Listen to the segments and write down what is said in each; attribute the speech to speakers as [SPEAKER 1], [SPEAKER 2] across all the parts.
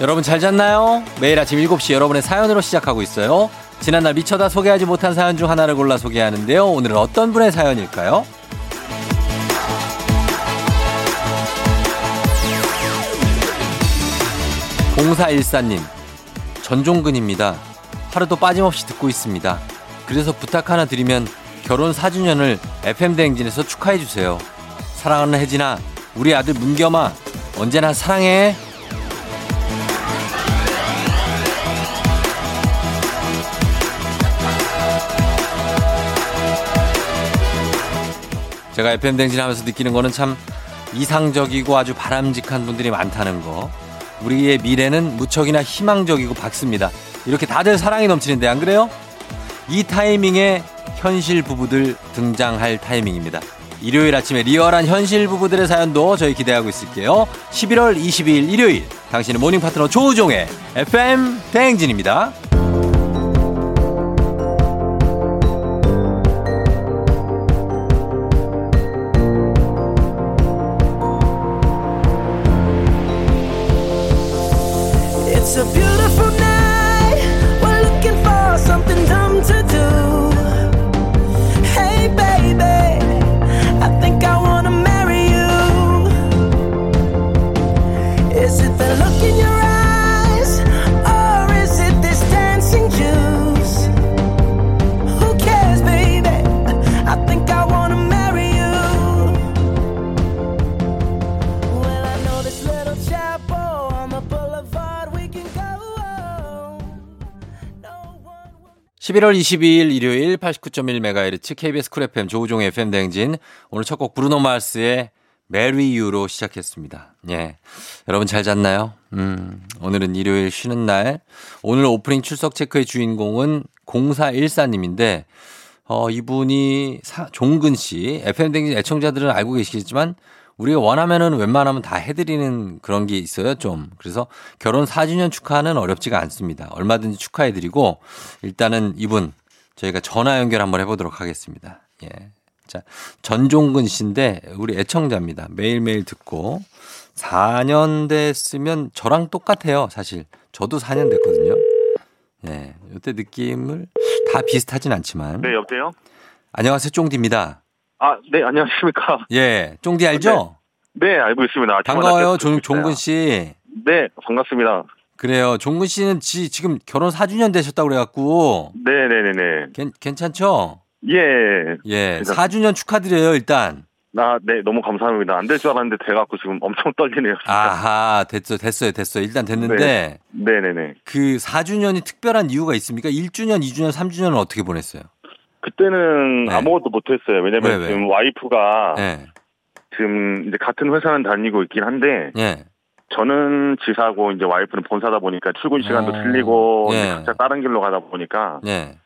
[SPEAKER 1] 여러분 잘 잤나요? 매일 아침 7시 여러분의 사연으로 시작하고 있어요. 지난날 미쳐다 소개하지 못한 사연 중 하나를 골라 소개하는데요. 오늘은 어떤 분의 사연일까요? 0414님, 전종근입니다. 하루도 빠짐없이 듣고 있습니다. 그래서 부탁 하나 드리면 결혼 4주년을 FM대행진에서 축하해주세요. 사랑하는 혜진아, 우리 아들 문겸아, 언제나 사랑해. 제가 FM 댕진 하면서 느끼는 거는 참 이상적이고 아주 바람직한 분들이 많다는 거. 우리의 미래는 무척이나 희망적이고 밝습니다. 이렇게 다들 사랑이 넘치는데 안 그래요? 이 타이밍에 현실 부부들 등장할 타이밍입니다. 일요일 아침에 리얼한 현실 부부들의 사연도 저희 기대하고 있을게요. 11월 22일 일요일 당신의 모닝 파트너 조우종의 FM 대행진입니다. 11월 22일 일요일 89.1MHz KBS 쿨 FM 조우종 FM 대행진 오늘 첫 곡 브루노 마스의 메리 유로 시작했습니다. 예. 여러분 잘 잤나요? 음. 오늘은 일요일 쉬는 날. 오늘 오프닝 출석 체크의 주인공은 0414님인데 어, 이분이 사, 종근 씨 FM 대행진 애청자들은 알고 계시겠지만 우리가 원하면은 웬만하면 다 해드리는 그런 게 있어요, 좀. 그래서 결혼 4주년 축하는 어렵지가 않습니다. 얼마든지 축하해드리고, 일단은 이분, 저희가 전화 연결 한번 해보도록 하겠습니다. 예. 자, 전종근 씨인데, 우리 애청자입니다. 매일매일 듣고, 4년 됐으면 저랑 똑같아요, 사실. 저도 4년 됐거든요. 예. 요때 느낌을 다 비슷하진 않지만.
[SPEAKER 2] 네, 여보세요?
[SPEAKER 1] 안녕하세요, 쫑디입니다.
[SPEAKER 2] 아, 네, 안녕하십니까.
[SPEAKER 1] 예, 쫑디 알죠?
[SPEAKER 2] 네, 어, 네 알고 있습니다.
[SPEAKER 1] 반가워요, 종, 종근 씨.
[SPEAKER 2] 네, 반갑습니다.
[SPEAKER 1] 그래요, 종근 씨는 지, 지금 결혼 4주년 되셨다고 그래갖고.
[SPEAKER 2] 네네네네.
[SPEAKER 1] 괜, 괜찮죠?
[SPEAKER 2] 예.
[SPEAKER 1] 예, 4주년 축하드려요, 일단.
[SPEAKER 2] 아, 네, 너무 감사합니다. 안 될 줄 알았는데 돼갖고 지금 엄청 떨리네요. 진짜.
[SPEAKER 1] 아하, 됐어, 됐어요, 됐어요. 일단 됐는데.
[SPEAKER 2] 네. 네네네.
[SPEAKER 1] 그 4주년이 특별한 이유가 있습니까? 1주년, 2주년, 3주년은 어떻게 보냈어요?
[SPEAKER 2] 그때는 네. 아무것도 못했어요. 왜냐면 왜, 왜? 지금 와이프가
[SPEAKER 1] 예,
[SPEAKER 2] 네. 지금 이제 같은 회사는 다니고 있긴 한데 네.
[SPEAKER 1] 예,
[SPEAKER 2] 저는 지사고 이제 와이프는 본사다 보니까 출근 시간도 어... 틀리고
[SPEAKER 1] 예.
[SPEAKER 2] 각자 다른 길로 가다 보니까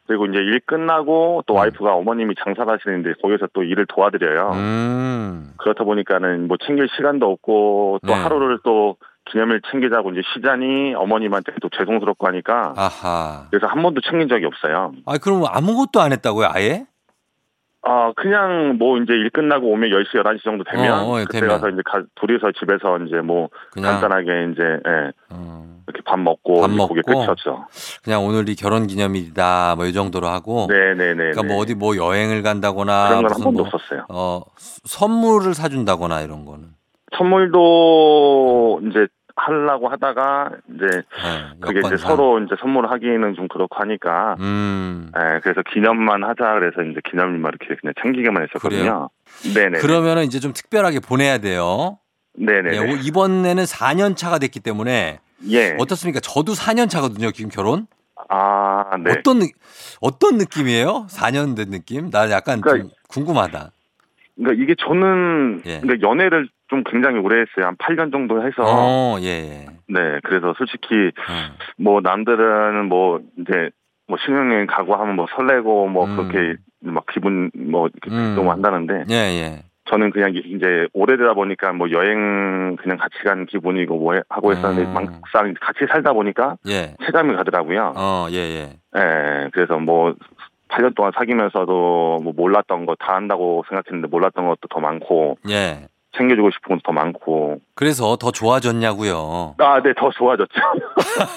[SPEAKER 2] 그리고 이제 일 끝나고
[SPEAKER 1] 네.
[SPEAKER 2] 또 와이프가 어머님이 장사를 하시는데 거기서 또 일을 도와드려요. 음... 그렇다 보니까는 뭐 챙길 시간도 없고
[SPEAKER 1] 네.
[SPEAKER 2] 또 하루를 또 기념일 챙기자고 이제 시장이 어머님한테 또 죄송스럽고 하니까 아하. 그래서 한 번도 챙긴 적이 없어요.
[SPEAKER 1] 아 그럼 아무것도 안 했다고요, 아예?
[SPEAKER 2] 아 그냥 뭐 이제 일 끝나고 오면 10시 11시 정도 되면
[SPEAKER 1] 예,
[SPEAKER 2] 어, 어, 그때 되면. 가서 이제 가, 둘이서 집에서 이제 뭐 그냥. 간단하게 이제 예. 음. 이렇게 밥 먹고
[SPEAKER 1] 네. 밥 먹고
[SPEAKER 2] 끝이었죠.
[SPEAKER 1] 어, 그냥 오늘이 결혼 기념일이다 뭐 이 정도로 하고
[SPEAKER 2] 네네네.
[SPEAKER 1] 그러니까 뭐 어디 뭐 여행을 간다거나
[SPEAKER 2] 그런 건 한 번도 뭐, 없었어요.
[SPEAKER 1] 어 선물을 사준다거나 이런 거는
[SPEAKER 2] 선물도 이제 하려고 하다가 이제 네, 그게 이제 서로 이제 선물을 하기는 좀 그렇고 하니까 음. 네, 그래서 기념만 하자 그래서 이제 기념일만 이렇게 그냥 챙기기만 했었거든요.
[SPEAKER 1] 네네. 그러면은 이제 좀 특별하게 보내야 돼요.
[SPEAKER 2] 네네. 네.
[SPEAKER 1] 네, 이번에는 4년 차가 됐기 때문에 예. 어떻습니까? 저도 4년 차거든요. 지금 결혼.
[SPEAKER 2] 아, 네.
[SPEAKER 1] 어- 어떤 어떤 느낌이에요? 4년 된 느낌? 나 약간 그러니까, 궁금하다.
[SPEAKER 2] 그러니까 이게 저는 예. 그러니까 연애를 좀 굉장히 오래 했어요. 한 8년 정도 해서.
[SPEAKER 1] 어, 예, 어, 예.
[SPEAKER 2] 네, 그래서 솔직히 뭐 남들은 뭐 이제 뭐 신혼여행 가고 하면 뭐 설레고 뭐
[SPEAKER 1] 음.
[SPEAKER 2] 그렇게 막 기분 뭐 이렇게
[SPEAKER 1] 음.
[SPEAKER 2] 너무 한다는데
[SPEAKER 1] 예, 예.
[SPEAKER 2] 저는 그냥 이제 오래되다 보니까 뭐 여행 그냥 같이 간 기분이고 뭐 해- 하고 했었는데
[SPEAKER 1] 음.
[SPEAKER 2] 막상 같이 살다 보니까
[SPEAKER 1] 예.
[SPEAKER 2] 체감이 가더라고요.
[SPEAKER 1] 어, 예, 예.
[SPEAKER 2] 예, 그래서 뭐 8년 동안 사귀면서도 뭐 몰랐던 거 다 한다고 생각했는데 몰랐던 것도 더 많고
[SPEAKER 1] 예.
[SPEAKER 2] 챙겨주고 싶은 것도 더 많고
[SPEAKER 1] 그래서 더 좋아졌냐고요.
[SPEAKER 2] 아, 네, 더 좋아졌죠.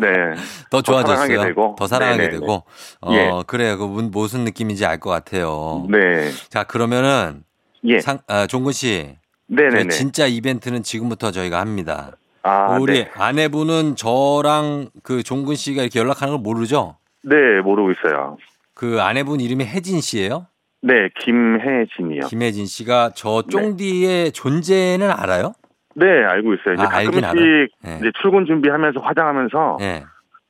[SPEAKER 2] 네,
[SPEAKER 1] 더 좋아졌어요.
[SPEAKER 2] 사랑하게 되고.
[SPEAKER 1] 더 사랑하게
[SPEAKER 2] 네네네.
[SPEAKER 1] 되고. 어,
[SPEAKER 2] 예.
[SPEAKER 1] 그래요. 그 문- 무슨 느낌인지 알 것 같아요.
[SPEAKER 2] 네,
[SPEAKER 1] 자, 그러면은
[SPEAKER 2] 예,
[SPEAKER 1] 상, 아, 종근 씨.
[SPEAKER 2] 네, 네,
[SPEAKER 1] 저희
[SPEAKER 2] 네.
[SPEAKER 1] 진짜 이벤트는 지금부터 저희가 합니다.
[SPEAKER 2] 아,
[SPEAKER 1] 우리
[SPEAKER 2] 네.
[SPEAKER 1] 아내분은 저랑 그 종근 씨가 이렇게 연락하는 걸 모르죠?
[SPEAKER 2] 네, 모르고 있어요.
[SPEAKER 1] 그 아내분 이름이 혜진 씨예요?
[SPEAKER 2] 네, 김혜진이요.
[SPEAKER 1] 김혜진 씨가 저 쫑디의 존재는 알아요?
[SPEAKER 2] 네, 알고 있어요. 이제
[SPEAKER 1] 아, 알긴 알아.
[SPEAKER 2] 가끔씩
[SPEAKER 1] 예.
[SPEAKER 2] 이제 출근 준비하면서 화장하면서 예,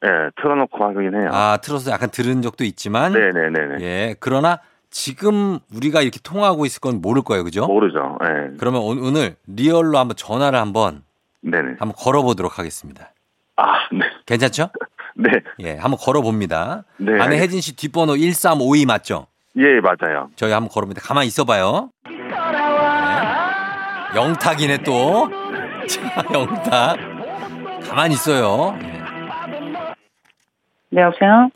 [SPEAKER 1] 예.
[SPEAKER 2] 틀어놓고 하긴 해요.
[SPEAKER 1] 아, 틀어서 약간 들은 적도 있지만
[SPEAKER 2] 네, 네, 네, 네.
[SPEAKER 1] 예. 그러나 지금 우리가 이렇게 통화하고 있을 건 모를 거예요. 그죠?
[SPEAKER 2] 모르죠. 예,
[SPEAKER 1] 그러면 오- 오늘 리얼로 한번 전화를 한번
[SPEAKER 2] 네, 네.
[SPEAKER 1] 한번 걸어 보도록 하겠습니다.
[SPEAKER 2] 아, 네,
[SPEAKER 1] 괜찮죠?
[SPEAKER 2] 네,
[SPEAKER 1] 예. 한번 걸어 봅니다.
[SPEAKER 2] 네.
[SPEAKER 1] 아내 혜진 씨 뒷번호 1352 맞죠?
[SPEAKER 2] 예, 맞아요.
[SPEAKER 1] 저희 한번 걸어봅니다. 가만히 있어봐요. 네. 영탁이네 또. 자, 영탁. 가만히 있어요.
[SPEAKER 3] 네, 여보세요?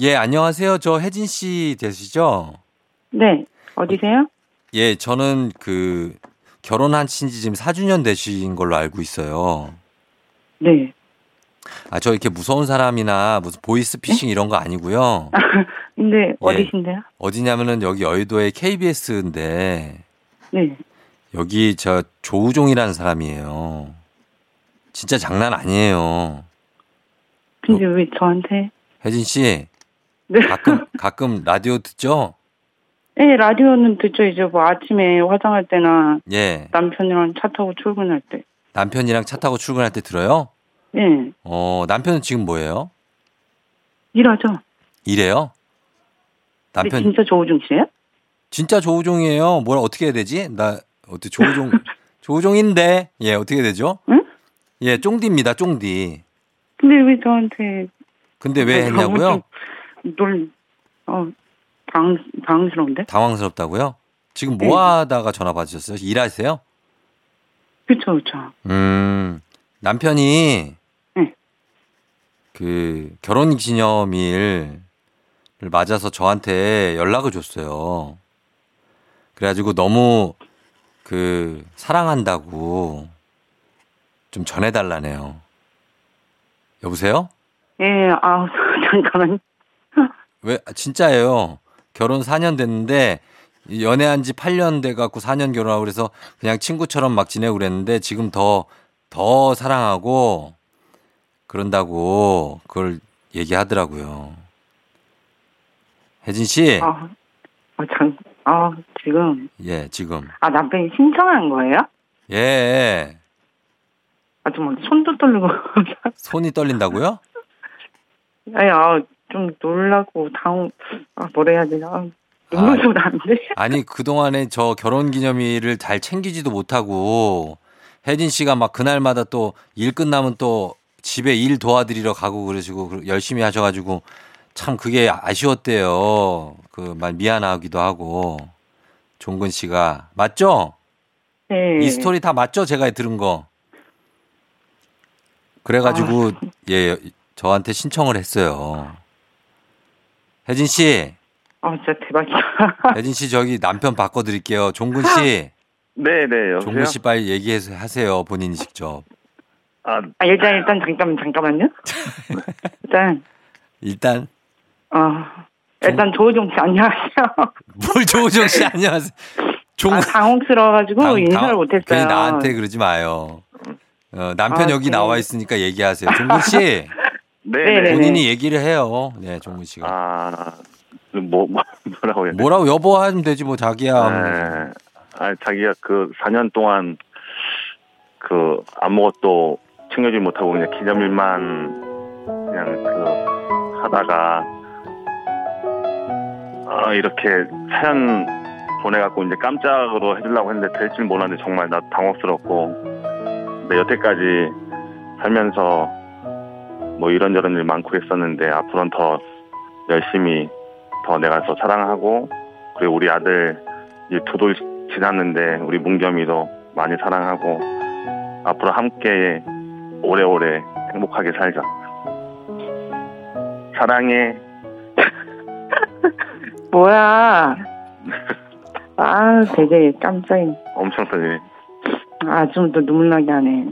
[SPEAKER 1] 예, 안녕하세요. 저 혜진 씨 되시죠?
[SPEAKER 3] 네, 어디세요?
[SPEAKER 1] 예, 저는 그 결혼하신 지 지금 4주년 되신 걸로 알고 있어요.
[SPEAKER 3] 네.
[SPEAKER 1] 아, 저 이렇게 무서운 사람이나 무슨 보이스피싱 이런 거 아니고요. 네.
[SPEAKER 3] 근데 어디신데요?
[SPEAKER 1] 어디냐면은 여기 여의도의 KBS인데
[SPEAKER 3] 네.
[SPEAKER 1] 여기 저 조우종이라는 사람이에요. 진짜 장난 아니에요.
[SPEAKER 3] 근데
[SPEAKER 1] 어.
[SPEAKER 3] 왜 저한테?
[SPEAKER 1] 혜진 씨.
[SPEAKER 3] 네.
[SPEAKER 1] 가끔 가끔 라디오 듣죠?
[SPEAKER 3] 네, 라디오는 듣죠. 이제 뭐 아침에 화장할 때나
[SPEAKER 1] 예.
[SPEAKER 3] 남편이랑 차 타고 출근할 때.
[SPEAKER 1] 남편이랑 차 타고 출근할 때 들어요?
[SPEAKER 3] 네,
[SPEAKER 1] 어, 남편은 지금 뭐예요?
[SPEAKER 3] 일하죠.
[SPEAKER 1] 일해요?
[SPEAKER 3] 근데
[SPEAKER 1] 남편
[SPEAKER 3] 네, 진짜 조우중 씨예요?
[SPEAKER 1] 진짜 조우종이에요. 뭘 어떻게 해야 되지? 나 어떻게 조우종 조우종인데. 예, 어떻게 되죠?
[SPEAKER 3] 응?
[SPEAKER 1] 예, 쫑디입니다. 쫑디.
[SPEAKER 3] 근데 왜 저한테?
[SPEAKER 1] 근데 왜
[SPEAKER 3] 아니, 너무
[SPEAKER 1] 했냐고요?
[SPEAKER 3] 좀 놀, 어, 당, 당황스러운데?
[SPEAKER 1] 당황스럽다고요? 지금
[SPEAKER 3] 네.
[SPEAKER 1] 뭐 하다가 전화 받으셨어요? 일하세요?
[SPEAKER 3] 그쵸, 그쵸.
[SPEAKER 1] 음. 남편이
[SPEAKER 3] 네.
[SPEAKER 1] 그 결혼 기념일을 맞아서 저한테 연락을 줬어요. 그래가지고 너무 그 사랑한다고 좀 전해달라네요. 여보세요?
[SPEAKER 3] 예, 아, 잠깐만.
[SPEAKER 1] 왜 아, 진짜예요. 결혼 4년 됐는데 연애한 지 8년 돼 갖고 4년 결혼하고 그래서 그냥 친구처럼 막 지내고 그랬는데 지금 더 더 사랑하고 그런다고 그걸 얘기하더라고요. 혜진 씨.
[SPEAKER 3] 아, 아, 잠, 아, 지금.
[SPEAKER 1] 예, 지금.
[SPEAKER 3] 아, 남편이 신청한 거예요?
[SPEAKER 1] 예, 예.
[SPEAKER 3] 아, 좀 손도 떨리고.
[SPEAKER 1] 손이 떨린다고요?
[SPEAKER 3] 아니, 아, 좀 놀라고 당황, 아, 뭐라 해야 되나. 아, 눈물도 나는데?
[SPEAKER 1] 아니, 그동안에 저 결혼 기념일을 잘 챙기지도 못하고, 혜진 씨가 막 그날마다 또 일 끝나면 또 집에 일 도와드리러 가고 그러시고, 그- 열심히 하셔가지고, 참 그게 아쉬웠대요. 그, 말 미안하기도 하고, 종근 씨가. 맞죠?
[SPEAKER 3] 네.
[SPEAKER 1] 이 스토리 다 맞죠? 제가 들은 거. 그래가지고, 예, 저한테 신청을 했어요. 혜진 씨.
[SPEAKER 3] 아, 진짜 대박이다.
[SPEAKER 1] 혜진 씨 저기 남편 바꿔드릴게요. 종근 씨,
[SPEAKER 2] 네, 네, 여보세요.
[SPEAKER 1] 종근 씨 빨리 얘기해서 하세요. 본인이 직접.
[SPEAKER 2] 아,
[SPEAKER 3] 아, 일단, 일단, 잠깐만, 잠깐만요. 일단,
[SPEAKER 1] 일단
[SPEAKER 3] 어, 일단 조우종 씨 안녕하세요.
[SPEAKER 1] 뭘 조우정 씨 안녕하세요. 종
[SPEAKER 3] 아, 당혹스러워가지고
[SPEAKER 1] 당-
[SPEAKER 3] 인사를
[SPEAKER 1] 당-
[SPEAKER 3] 못했어요.
[SPEAKER 1] 괜히 나한테 그러지 마요. 어, 남편
[SPEAKER 3] 아,
[SPEAKER 1] 여기
[SPEAKER 3] 네.
[SPEAKER 1] 나와 있으니까 얘기하세요. 종근 씨
[SPEAKER 2] 네,
[SPEAKER 3] 네,
[SPEAKER 2] 네.
[SPEAKER 3] 네.
[SPEAKER 1] 본인이 얘기를 해요. 네, 종근 씨가
[SPEAKER 2] 아, 뭐, 뭐 뭐라고
[SPEAKER 3] 네.
[SPEAKER 2] 해야 돼?
[SPEAKER 1] 뭐라고 여보 하면 되지 뭐 자기야. 하면
[SPEAKER 2] 네. 아, 자기가 그 4년 동안 그 아무것도 챙겨주지 못하고 그냥 기념일만 그냥 그 하다가 아, 이렇게 사연 보내갖고 이제 깜짝으로 해주려고 했는데 될 줄 몰랐는데 정말 나 당혹스럽고 내 여태까지 살면서 뭐 이런저런 일 많고 했었는데 앞으로는 더 열심히 더 내가 더 사랑하고 그리고 우리 아들 이제 두 돌 지났는데 우리 문겸이도 많이 사랑하고 앞으로 함께 오래오래 행복하게 살자. 사랑해.
[SPEAKER 3] 뭐야. 아, 되게 깜짝이.
[SPEAKER 2] 엄청 떨리네.
[SPEAKER 3] 아, 좀 더 눈물 나게 하네.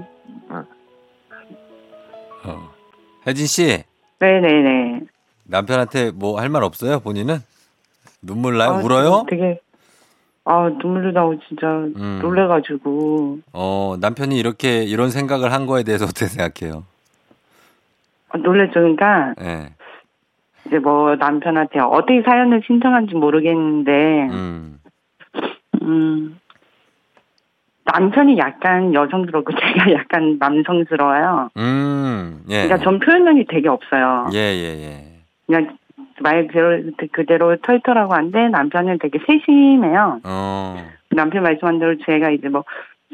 [SPEAKER 1] 어. 혜진 씨.
[SPEAKER 3] 네네네.
[SPEAKER 1] 남편한테 뭐 할 말 없어요? 본인은? 눈물 나요? 아, 울어요?
[SPEAKER 3] 되게 아 눈물도 나고 진짜 음. 놀래가지고.
[SPEAKER 1] 어 남편이 이렇게 이런 생각을 한 거에 대해서 어떻게 생각해요? 예.
[SPEAKER 3] 아, 놀랬죠, 그러니까. 네. 이제 뭐 남편한테 어떻게 사연을 신청한지 모르겠는데. 음. 음. 남편이 약간 여성스럽고 제가 약간 남성스러워요. 음, 예. 그러니까 전 표현력이 되게 없어요.
[SPEAKER 1] 네. 예, 예, 예.
[SPEAKER 3] 그냥 말 그대로, 그대로 털털하고 한데 남편은 되게 세심해요. 어. 남편 말씀한 대로 제가 이제 뭐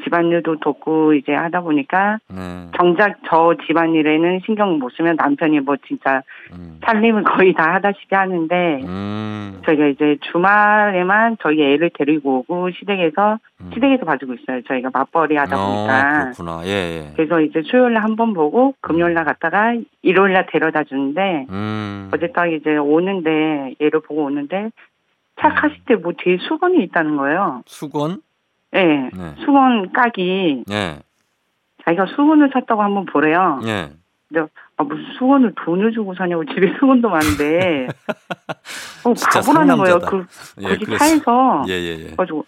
[SPEAKER 3] 집안일도 돕고 이제 하다 보니까
[SPEAKER 1] 음,
[SPEAKER 3] 네. 정작 저 집안일에는 신경 못 쓰면 남편이 뭐 진짜 음. 살림을 거의 다 하다시피 하는데 음. 저희가 이제 주말에만 저희 애를 데리고 오고 시댁에서 음. 아, 시댁에서 봐주고 있어요. 저희가 맞벌이 하다 보니까
[SPEAKER 1] 어, 그렇구나. 예, 예.
[SPEAKER 3] 그래서 이제 수요일 날 한 번 보고 금요일 날 갔다가 일요일 날 데려다 주는데
[SPEAKER 1] 음.
[SPEAKER 3] 어제 딱 이제 오는데 얘를 보고 오는데 차 가실 때 뭐 뒤에 수건이 있다는 거예요.
[SPEAKER 1] 수건? 예,
[SPEAKER 3] 네. 네. 수건 까기. 네. 자기가 수건을 샀다고 한번 보래요. 네. 근데 아, 무슨 수건을 돈을 주고 사냐고 집에 수건도 많은데. 어, 바보라는 거예요. 그, 예, 굳이 차에서. 예, 예, 예. 가지고.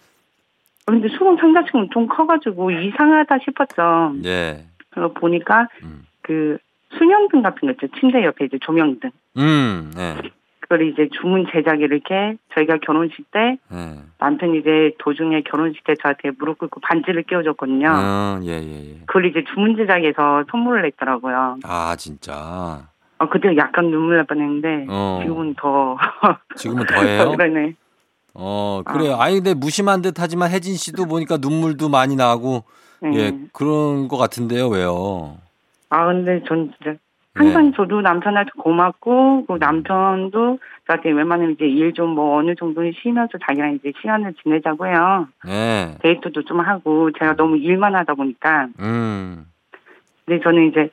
[SPEAKER 3] 근데 수건 상자층은 좀 커가지고 이상하다 싶었죠. 예. 그래서 보니까 음. 그 수면등 같은 거 있죠. 침대 옆에 이제 조명등. 음,
[SPEAKER 1] 예,
[SPEAKER 3] 네. 그걸 이제 주문 제작 이렇게 저희가 결혼식 때 네. 남편이 이제 도중에 결혼식 때 저한테 무릎 꿇고 반지를 끼워줬거든요.
[SPEAKER 1] 음,
[SPEAKER 3] 아, 예, 예, 예. 그걸 이제 주문 제작에서 선물을 냈더라고요.
[SPEAKER 1] 아 진짜.
[SPEAKER 3] 아 그때 약간 눈물 날 뻔했는데 어. 지금은 더
[SPEAKER 1] 지금은 더해요.
[SPEAKER 3] 그러네.
[SPEAKER 1] 어 그래요. 아. 아니 근데 무심한 듯 하지만 혜진 씨도
[SPEAKER 3] 네.
[SPEAKER 1] 보니까 눈물도 많이 나고 네. 예 그런 것 같은데요 왜요?
[SPEAKER 3] 아 근데 전 진짜 항상 네. 저도 남편한테 고맙고 그 남편도 저한테 웬만하면 이제 일 좀 뭐 어느 정도는 쉬면서 자기랑 이제 시간을 지내자고 해요. 네. 데이트도 좀 하고 제가 너무 일만 하다 보니까. 음. 근데 저는 이제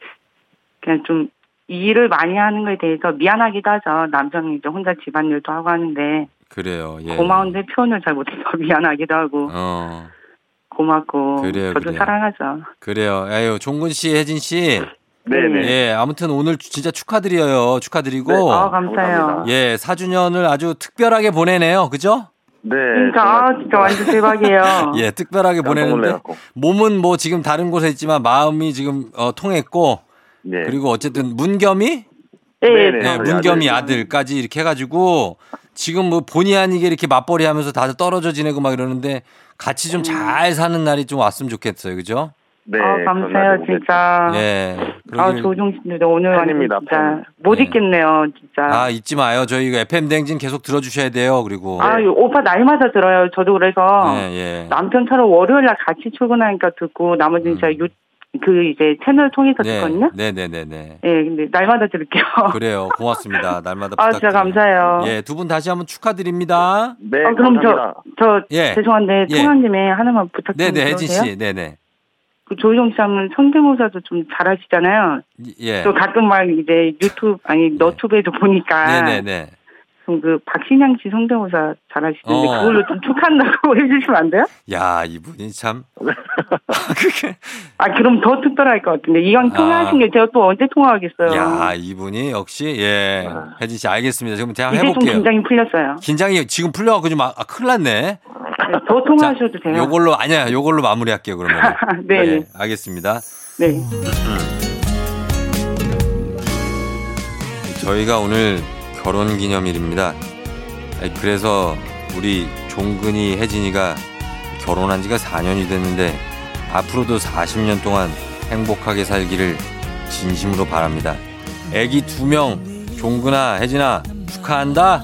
[SPEAKER 3] 그냥 좀 일을 많이 하는 거에 대해서 미안하기도 하죠. 남편이 이제 혼자 집안일도 하고 하는데.
[SPEAKER 1] 그래요. 예. 아,
[SPEAKER 3] 고마운데 표현을 잘 못해서 미안하기도 하고. 어. 고맙고 그래요, 저도 그래요. 사랑하죠.
[SPEAKER 1] 그래요. 아유 종근 씨, 혜진 씨.
[SPEAKER 2] 네네.
[SPEAKER 1] 예, 아무튼 오늘 진짜 축하드려요. 축하드리고. 네.
[SPEAKER 3] 아, 감사해요.
[SPEAKER 1] 예, 4주년을 아주 특별하게 보내네요. 그죠?
[SPEAKER 2] 네.
[SPEAKER 3] 진짜, 아, 진짜 완전 대박이에요.
[SPEAKER 1] 예, 특별하게 보내는데. 몸은 뭐 지금 다른 곳에 있지만 마음이 지금 어, 통했고. 네. 그리고 어쨌든 문겸이?
[SPEAKER 3] 네,
[SPEAKER 1] 네, 문겸이 아들까지 이렇게 해가지고 지금 뭐 본의 아니게 이렇게 맞벌이 하면서 다들 떨어져 지내고 막 이러는데 같이 좀 잘 사는 날이 좀 왔으면 좋겠어요. 그죠? 예,
[SPEAKER 3] 네. 아, 감사해요, 진짜. 네. 아, 조종신도 오늘 아닙니다. 진짜 못 네. 있겠네요, 진짜.
[SPEAKER 1] 아, 잊지 마요. 저희가 FM 댕진 계속 들어주셔야 돼요, 그리고.
[SPEAKER 3] 아, 네. 오빠 날마다 들어요. 저도 그래서. 네, 예. 남편 차로 월요일 날 같이 출근하니까 듣고, 나머지는 음. 제가 유, 그 이제 채널 통해서
[SPEAKER 1] 네.
[SPEAKER 3] 듣거든요.
[SPEAKER 1] 네네네네.
[SPEAKER 3] 예, 근데 날마다 들을게요.
[SPEAKER 1] 그래요. 고맙습니다. 날마다
[SPEAKER 3] 아,
[SPEAKER 1] 부탁드려요.
[SPEAKER 3] 진짜 감사해요.
[SPEAKER 1] 예, 두 분 다시 한번 축하드립니다.
[SPEAKER 2] 네. 아, 그럼
[SPEAKER 3] 감사합니다. 어, 저, 저 예. 죄송한데, 예. 통화님에 하나만 부탁드립니다.
[SPEAKER 1] 네네, 혜진 씨. 네네.
[SPEAKER 3] 그 조희정 씨하면 성대모사도 좀 잘하시잖아요.
[SPEAKER 1] 네.
[SPEAKER 3] 예. 또 가끔 막 이제 유튜브 아니 너튜브에도 예. 보니까. 네네네. 그 박신양 씨 성대모사 잘하시던데 어. 그걸로 좀 축한다고 해주시면 안 돼요?
[SPEAKER 1] 야 이분이 참.
[SPEAKER 3] 그게. 아 그럼 더 특별할 것 같은데 이왕 통화하신 게 제가 또 언제 통화하겠어요?
[SPEAKER 1] 아. 야 이분이 역시 예 아. 혜진 씨 알겠습니다. 지금 제가 해볼게요.
[SPEAKER 3] 이제 좀 긴장이 풀렸어요.
[SPEAKER 1] 긴장이 지금 풀려갖고 좀 아, 아 큰일 났네.
[SPEAKER 3] 네, 더 통화하셔도 돼요.
[SPEAKER 1] 요걸로 아니야. 요걸로 마무리할게요. 그러면. 예,
[SPEAKER 3] 네. 네.
[SPEAKER 1] 알겠습니다.
[SPEAKER 3] 네. 음.
[SPEAKER 1] 저희가 오늘 결혼 기념일입니다. 그래서 우리 종근이 혜진이가 결혼한 지가 4년이 됐는데 앞으로도 40년 동안 행복하게 살기를 진심으로 바랍니다. 애기 두 명 종근아 혜진아 축하한다.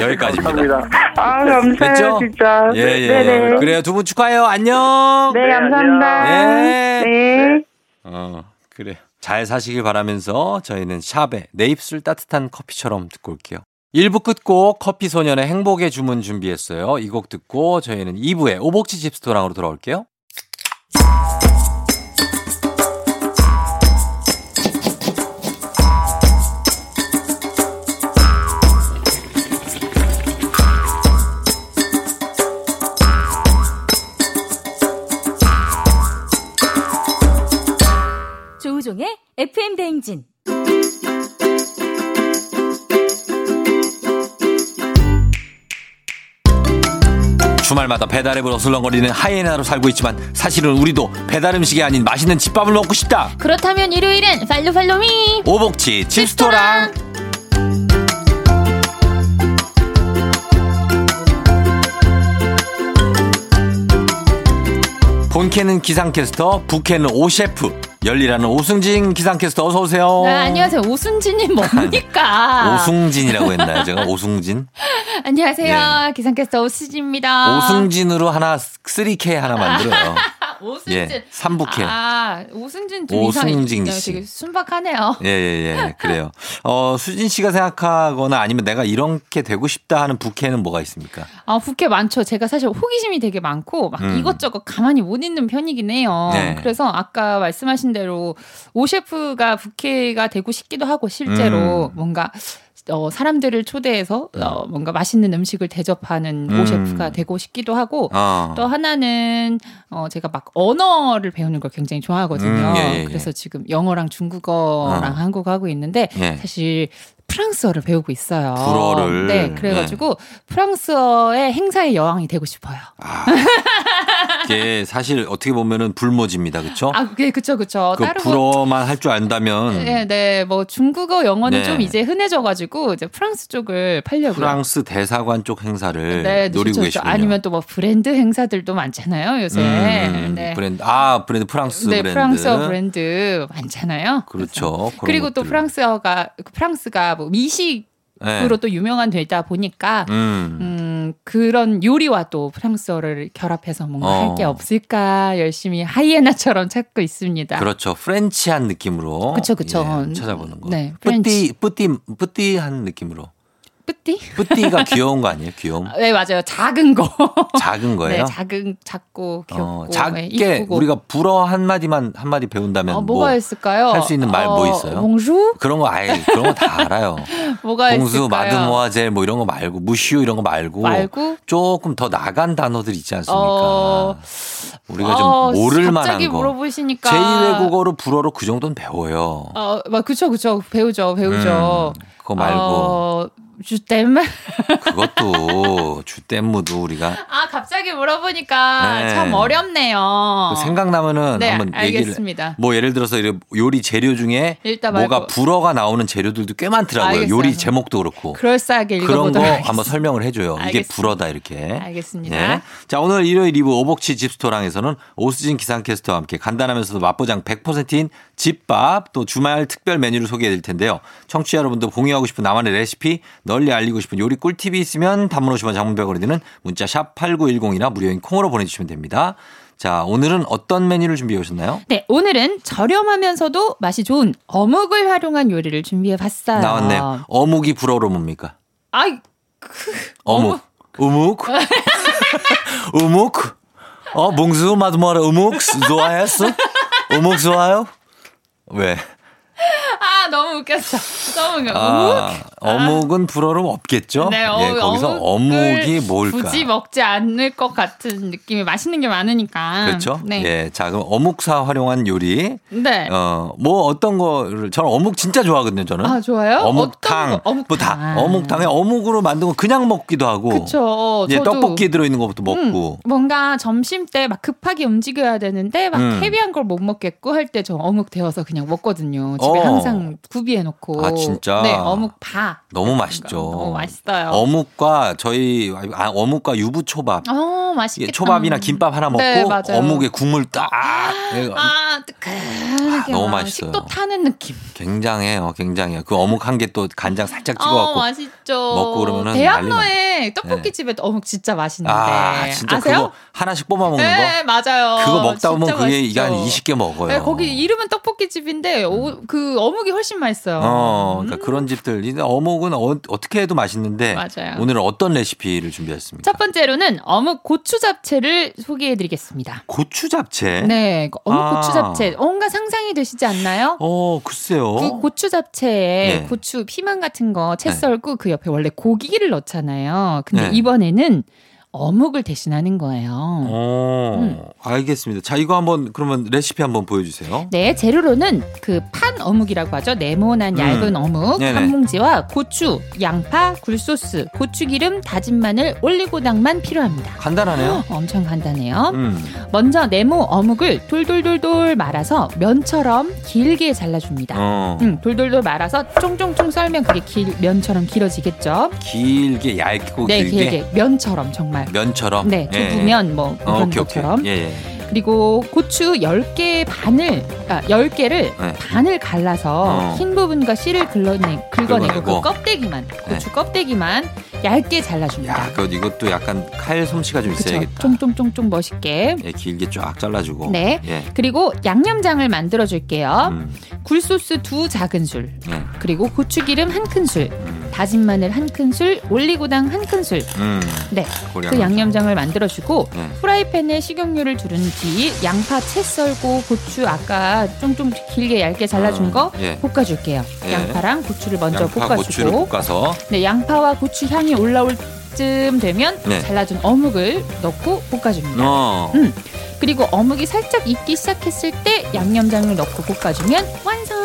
[SPEAKER 1] 여기까지입니다.
[SPEAKER 3] 감사합니다. 아, 감사해요, 됐죠? 진짜.
[SPEAKER 1] 예, 예. 네네. 그래요. 두 분 축하해요. 안녕.
[SPEAKER 3] 네, 네 감사합니다. 예. 네.
[SPEAKER 1] 어, 그래요. 잘 사시길 바라면서 저희는 샵에 내 입술 따뜻한 커피처럼 듣고 올게요. 1부 끝곡 커피 소년의 행복의 주문 준비했어요. 이 곡 듣고 저희는 2부에 오복지 집스토랑으로 돌아올게요.
[SPEAKER 4] 조우종의 FM 대행진.
[SPEAKER 1] 주말마다 배달앱을 어슬렁거리는 하이에나로 살고 있지만 사실은 우리도 배달 음식이 아닌 맛있는 집밥을 먹고 싶다.
[SPEAKER 4] 그렇다면 일요일엔 팔로 팔로미
[SPEAKER 1] 오복치 칩스토랑. 본캐는 기상캐스터, 부캐는 오셰프, 열리라는 오승진 기상캐스터 어서 오세요.
[SPEAKER 4] 아, 안녕하세요. 오승진이 뭡니까?
[SPEAKER 1] 오승진이라고 했나요? 제가 오승진?
[SPEAKER 4] 안녕하세요. 예. 기상캐스터 오승진입니다.
[SPEAKER 1] 오승진으로 하나 3K 하나 만들어요.
[SPEAKER 4] 오승진. 예,
[SPEAKER 1] 3부캐.
[SPEAKER 4] 아, 오승진 좀 오승진 이상해. 씨. 되게 순박하네요.
[SPEAKER 1] 예, 예, 예. 그래요. 어, 수진 씨가 생각하거나 아니면 내가 이렇게 되고 싶다 하는 부캐는 뭐가 있습니까?
[SPEAKER 4] 아, 부캐 많죠. 제가 사실 호기심이 되게 많고 막 음. 이것저것 가만히 못 있는 편이긴 해요. 네. 그래서 아까 말씀하신 대로 오 셰프가 부캐가 되고 싶기도 하고 실제로 음. 뭔가 어, 사람들을 초대해서 어, 뭔가 맛있는 음식을 대접하는 음. 오셰프가 되고 싶기도 하고 어. 또 하나는 어, 제가 막 언어를 배우는 걸 굉장히 좋아하거든요. 음, 예, 예, 예. 그래서 지금 영어랑 중국어랑 어. 한국어 하고 있는데 사실 프랑스어를 배우고 있어요.
[SPEAKER 1] 예. 불어를. 예.
[SPEAKER 4] 네, 그래가지고 네. 프랑스어의 행사의 여왕이 되고 싶어요.
[SPEAKER 1] 아, 이게 사실 어떻게 보면은 불모지입니다, 그렇죠?
[SPEAKER 4] 아, 예, 그렇죠, 그렇죠.
[SPEAKER 1] 그 불어만 할 줄 안다면.
[SPEAKER 4] 네, 네, 뭐 중국어, 영어는 네. 좀 이제 흔해져가지고 이제 프랑스 쪽을 팔려고.
[SPEAKER 1] 프랑스 대사관 쪽 행사를 네, 노리고 계시죠.
[SPEAKER 4] 아니면 또 뭐 브랜드 행사들도 많잖아요, 요새. 음,
[SPEAKER 1] 네. 브랜드, 아, 브랜드 프랑스
[SPEAKER 4] 네,
[SPEAKER 1] 브랜드.
[SPEAKER 4] 프랑스어 브랜드 많잖아요.
[SPEAKER 1] 그렇죠.
[SPEAKER 4] 그리고 또 프랑스어가 프랑스가 뭐 미식 으로 네. 또 유명한 되다 보니까
[SPEAKER 1] 예.
[SPEAKER 4] 음. 음. 그런 요리와 또 프랑스어를 결합해서 뭔가 어. 할게 없을까 열심히 하이에나처럼 찾고 있습니다.
[SPEAKER 1] 그렇죠. 프렌치한 느낌으로
[SPEAKER 4] 그렇죠, 그렇죠.
[SPEAKER 1] 예, 찾아보는 거.
[SPEAKER 4] 네,
[SPEAKER 1] 뿌띠 뿌띠 뿌띠한 느낌으로.
[SPEAKER 4] 뿌띠?
[SPEAKER 1] 뿌띠가 귀여운 거 아니에요? 귀여움.
[SPEAKER 4] 네 맞아요. 작은 거.
[SPEAKER 1] 작은 거예요?
[SPEAKER 4] 네, 작은 작고 귀엽고 어,
[SPEAKER 1] 작게 네, 우리가 불어 한 마디만 한 마디 배운다면 어,
[SPEAKER 4] 뭐가 뭐 있을까요?
[SPEAKER 1] 할 수 있는 말 뭐 있어요?
[SPEAKER 4] 봉수?
[SPEAKER 1] 그런 거 아예 그런 거 다 알아요.
[SPEAKER 4] 뭐가
[SPEAKER 1] 봉수,
[SPEAKER 4] 있을까요?
[SPEAKER 1] 마드모아젤 뭐 이런 거 말고 무시오 이런 거 말고,
[SPEAKER 4] 말고?
[SPEAKER 1] 조금 더 나간 단어들 있지 않습니까? 어... 우리가 좀 모를 만한
[SPEAKER 4] 어, 갑자기
[SPEAKER 1] 거.
[SPEAKER 4] 물어보시니까
[SPEAKER 1] 제2외국어로 불어로 그 정도는 배워요.
[SPEAKER 4] 어, 막 그쵸 그쵸 배우죠 배우죠. 어.
[SPEAKER 1] 음, 그거 말고.
[SPEAKER 4] 주댐
[SPEAKER 1] 그것도 주댐무도 우리가
[SPEAKER 4] 아 갑자기 물어보니까 네. 참 어렵네요.
[SPEAKER 1] 그 생각나면은
[SPEAKER 4] 네,
[SPEAKER 1] 한번
[SPEAKER 4] 알겠습니다.
[SPEAKER 1] 얘기를 뭐 예를 들어서 요리 재료 중에 뭐가 불어가 나오는 재료들도 꽤 많더라고요. 알겠어요. 요리 제목도 그렇고
[SPEAKER 4] 그럴싸하게
[SPEAKER 1] 그런 거
[SPEAKER 4] 하겠습니다.
[SPEAKER 1] 한번 설명을 해줘요. 알겠습니다. 이게 불어다 이렇게.
[SPEAKER 4] 알겠습니다.
[SPEAKER 1] 네. 자 오늘 일요일 2부 오복치 집스토랑에서는 오수진 기상캐스터와 함께 간단하면서도 맛보장 100%인 집밥 또 주말 특별 메뉴를 소개해드릴 텐데요. 청취자 여러분도 공유하고 싶은 나만의 레시피 널리 알리고 싶은 요리 꿀팁이 있으면 단문 50원 장문백으로 드는 문자 샵 8910이나 무료인 콩으로 보내주시면 됩니다. 자, 오늘은 어떤 메뉴를 준비해 오셨나요?
[SPEAKER 4] 네, 오늘은 저렴하면서도 맛이 좋은 어묵을 활용한 요리를 준비해 봤어요.
[SPEAKER 1] 나왔네요. 어묵이 불어로 뭡니까?
[SPEAKER 4] 아이, 그,
[SPEAKER 1] 어묵. 어묵. 어묵. 어, 봉수, 마드모아라, 어묵, 좋아했어? 어묵 좋아요? 왜?
[SPEAKER 4] 아 너무 웃겼어. 너무 웃겨. 아,
[SPEAKER 1] 어묵. 어묵은 불어름 없겠죠.
[SPEAKER 4] 네, 어,
[SPEAKER 1] 예, 거기서 어묵이 뭘까?
[SPEAKER 4] 굳이 뭐, 먹지 않을 것 같은 느낌이 맛있는 게 많으니까.
[SPEAKER 1] 그렇죠. 네. 예, 자 그럼 어묵사 활용한 요리.
[SPEAKER 4] 네.
[SPEAKER 1] 어뭐 어떤 거를 저는 어묵 진짜 좋아하거든요. 저는.
[SPEAKER 4] 아 좋아요?
[SPEAKER 1] 어묵탕. 어묵탕. 뭐 어묵탕에 어묵으로 만든 거 그냥 먹기도 하고.
[SPEAKER 4] 그렇죠.
[SPEAKER 1] 예, 떡볶이 들어있는 것부터 먹고.
[SPEAKER 4] 음, 뭔가 점심 때 막 급하게 움직여야 되는데 막 음. 헤비한 걸 못 먹겠고 할 때 저 어묵 데워서 그냥 먹거든요. 집에 어. 항상 구비해 놓고.
[SPEAKER 1] 아 진짜.
[SPEAKER 4] 네 어묵 파.
[SPEAKER 1] 너무 맛있죠.
[SPEAKER 4] 그러니까 너무 맛있어요.
[SPEAKER 1] 어묵과 저희 아, 어묵과 유부초밥.
[SPEAKER 4] 어 맛있겠다. 음.
[SPEAKER 1] 초밥이나 김밥 하나 먹고 네, 어묵에 국물 딱.
[SPEAKER 4] 아 뜨끈. 아, 이렇게
[SPEAKER 1] 너무
[SPEAKER 4] 막
[SPEAKER 1] 맛있어요.
[SPEAKER 4] 식도 타는 느낌.
[SPEAKER 1] 굉장해요, 굉장해요. 그 어묵 한 개 또 간장 살짝 찍어갖고
[SPEAKER 4] 어, 맛있죠.
[SPEAKER 1] 먹고 그러면은 네.
[SPEAKER 4] 대학로에 떡볶이 집에 어묵 진짜 맛있는데
[SPEAKER 1] 아 진짜
[SPEAKER 4] 세요
[SPEAKER 1] 그거 하나씩 뽑아 먹는 거.
[SPEAKER 4] 네, 맞아요.
[SPEAKER 1] 그거 먹다 보면
[SPEAKER 4] 진짜
[SPEAKER 1] 그게 이게 한
[SPEAKER 4] 맛있죠.
[SPEAKER 1] 20개 먹어요.
[SPEAKER 4] 네, 거기 이름은 떡볶이 집인데 오- 그 어묵이 훨씬 맛있어요.
[SPEAKER 1] 어,
[SPEAKER 4] 음.
[SPEAKER 1] 그러니까 그런 집들. 이 어묵은 어, 떻게 해도 맛있는데
[SPEAKER 4] 맞아요.
[SPEAKER 1] 오늘은 어떤 레시피를 준비했습니까?
[SPEAKER 4] 첫 번째로는 어묵 고추 잡채를 소개해드리겠습니다.
[SPEAKER 1] 고추 잡채.
[SPEAKER 4] 네, 그 어묵
[SPEAKER 1] 아.
[SPEAKER 4] 고추 잡채 뭔가 상상이 되시지 않나요?
[SPEAKER 1] 어, 글쎄요.
[SPEAKER 4] 그 고추 잡채에
[SPEAKER 1] 네.
[SPEAKER 4] 고추 피망 같은 거 채
[SPEAKER 1] 네.
[SPEAKER 4] 썰고 그 옆에 원래 고기를 넣잖아요. 근데
[SPEAKER 1] 네.
[SPEAKER 4] 이번에는 어묵을 대신하는 거예요.
[SPEAKER 1] 어,
[SPEAKER 4] 음.
[SPEAKER 1] 알겠습니다. 자, 이거 한번 그러면 레시피 한번 보여주세요.
[SPEAKER 4] 네, 재료로는 그 판 어묵이라고 하죠.
[SPEAKER 1] 음.
[SPEAKER 4] 네모난 얇은 어묵
[SPEAKER 1] 네네.
[SPEAKER 4] 한 봉지와 고추, 양파, 굴소스, 고추기름, 다진 마늘, 올리고당만 필요합니다. 어,
[SPEAKER 1] 간단하네요.
[SPEAKER 4] 엄청 간단해요.
[SPEAKER 1] 음.
[SPEAKER 4] 먼저 네모 어묵을 돌돌돌돌 말아서 면처럼 길게 잘라줍니다.
[SPEAKER 1] 어,
[SPEAKER 4] 음, 돌돌돌 말아서 쫑쫑쫑 썰면 그게 길, 면처럼 길어지겠죠?
[SPEAKER 1] 길게 얇고
[SPEAKER 4] 네,
[SPEAKER 1] 길게,
[SPEAKER 4] 길게 면처럼 정말.
[SPEAKER 1] 면처럼.
[SPEAKER 4] 네,
[SPEAKER 1] 예, 예.
[SPEAKER 4] 두부면 뭐
[SPEAKER 1] 어,
[SPEAKER 4] 그런
[SPEAKER 1] 오케이, 오케이.
[SPEAKER 4] 것처럼.
[SPEAKER 1] 예, 예.
[SPEAKER 4] 그리고 고추 10개 반을 아, 10개를
[SPEAKER 1] 네.
[SPEAKER 4] 반을 갈라서
[SPEAKER 1] 어.
[SPEAKER 4] 흰 부분과 씨를 긁어내, 긁어내고
[SPEAKER 1] 긁어내고. 네.
[SPEAKER 4] 그 껍데기만 고추 껍데기만 얇게 잘라줍니다.
[SPEAKER 1] 야, 그 이것도 약간 칼 솜씨가 좀
[SPEAKER 4] 네. 그쵸?
[SPEAKER 1] 있어야겠다.
[SPEAKER 4] 쫑쫑쫑쫑 멋있게.
[SPEAKER 1] 예, 길게 쫙 잘라주고.
[SPEAKER 4] 네.
[SPEAKER 1] 예.
[SPEAKER 4] 그리고 양념장을 만들어 줄게요.
[SPEAKER 1] 음,
[SPEAKER 4] 굴소스 두 작은 술,
[SPEAKER 1] 예.
[SPEAKER 4] 그리고 고추기름 한 큰술,
[SPEAKER 1] 음,
[SPEAKER 4] 다진 마늘 한 큰술, 올리고당 한 큰술.
[SPEAKER 1] 음.
[SPEAKER 4] 네.
[SPEAKER 1] 고량.
[SPEAKER 4] 그 양념장을 만들어주고
[SPEAKER 1] 네.
[SPEAKER 4] 프라이팬에 식용유를 두른 뒤 양파 채 썰고 고추 아까 쫑쫑 길게 얇게 잘라준
[SPEAKER 1] 음,
[SPEAKER 4] 거
[SPEAKER 1] 예.
[SPEAKER 4] 볶아줄게요.
[SPEAKER 1] 예.
[SPEAKER 4] 양파랑 고추를 먼저
[SPEAKER 1] 양파 고추를
[SPEAKER 4] 볶아주고
[SPEAKER 1] 볶아서
[SPEAKER 4] 네 양파와 고추 향이 올라올 쯤 되면
[SPEAKER 1] 네.
[SPEAKER 4] 잘라준 어묵을 넣고 볶아줍니다.
[SPEAKER 1] 어.
[SPEAKER 4] 음. 그리고 어묵이 살짝 익기 시작했을 때 양념장을 넣고 볶아주면 완성.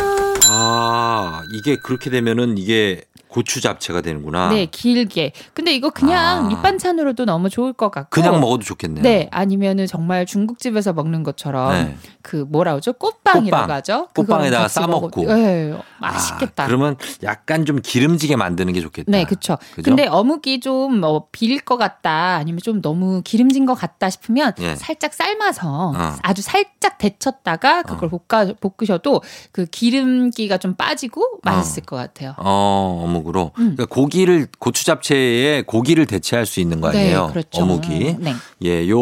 [SPEAKER 1] 아, 이게 그렇게 되면은 이게 고추 잡채가 되는구나.
[SPEAKER 4] 네 길게. 근데 이거 그냥
[SPEAKER 1] 아.
[SPEAKER 4] 밑반찬으로도 너무 좋을 것 같고.
[SPEAKER 1] 그냥 먹어도 좋겠네요.
[SPEAKER 4] 네, 아니면은 정말 중국집에서 먹는 것처럼
[SPEAKER 1] 네.
[SPEAKER 4] 그 뭐라 그러죠? 꽃빵이라고
[SPEAKER 1] 꽃빵.
[SPEAKER 4] 하죠?
[SPEAKER 1] 꽃빵에다가
[SPEAKER 4] 그거랑 같이
[SPEAKER 1] 싸 먹고.
[SPEAKER 4] 먹어도- 예,
[SPEAKER 1] 아,
[SPEAKER 4] 맛있겠다.
[SPEAKER 1] 그러면 약간 좀 기름지게 만드는 게 좋겠다.
[SPEAKER 4] 네, 그쵸.
[SPEAKER 1] 그죠?
[SPEAKER 4] 근데 어묵이 좀 뭐 비릴 것 같다, 아니면 좀 너무 기름진 것 같다 싶으면
[SPEAKER 1] 예.
[SPEAKER 4] 살짝 삶아서
[SPEAKER 1] 어.
[SPEAKER 4] 아주 살짝 데쳤다가 그걸 볶아, 볶으셔도 그 기름기가 좀 빠지고 맛있을 것 같아요.
[SPEAKER 1] 어, 어묵으로.
[SPEAKER 4] 음.
[SPEAKER 1] 그러니까 고기를 고추 잡채에 고기를 대체할 수 있는 거 아니에요?
[SPEAKER 4] 네, 그렇죠.
[SPEAKER 1] 어묵이.
[SPEAKER 4] 네.
[SPEAKER 1] 예, 요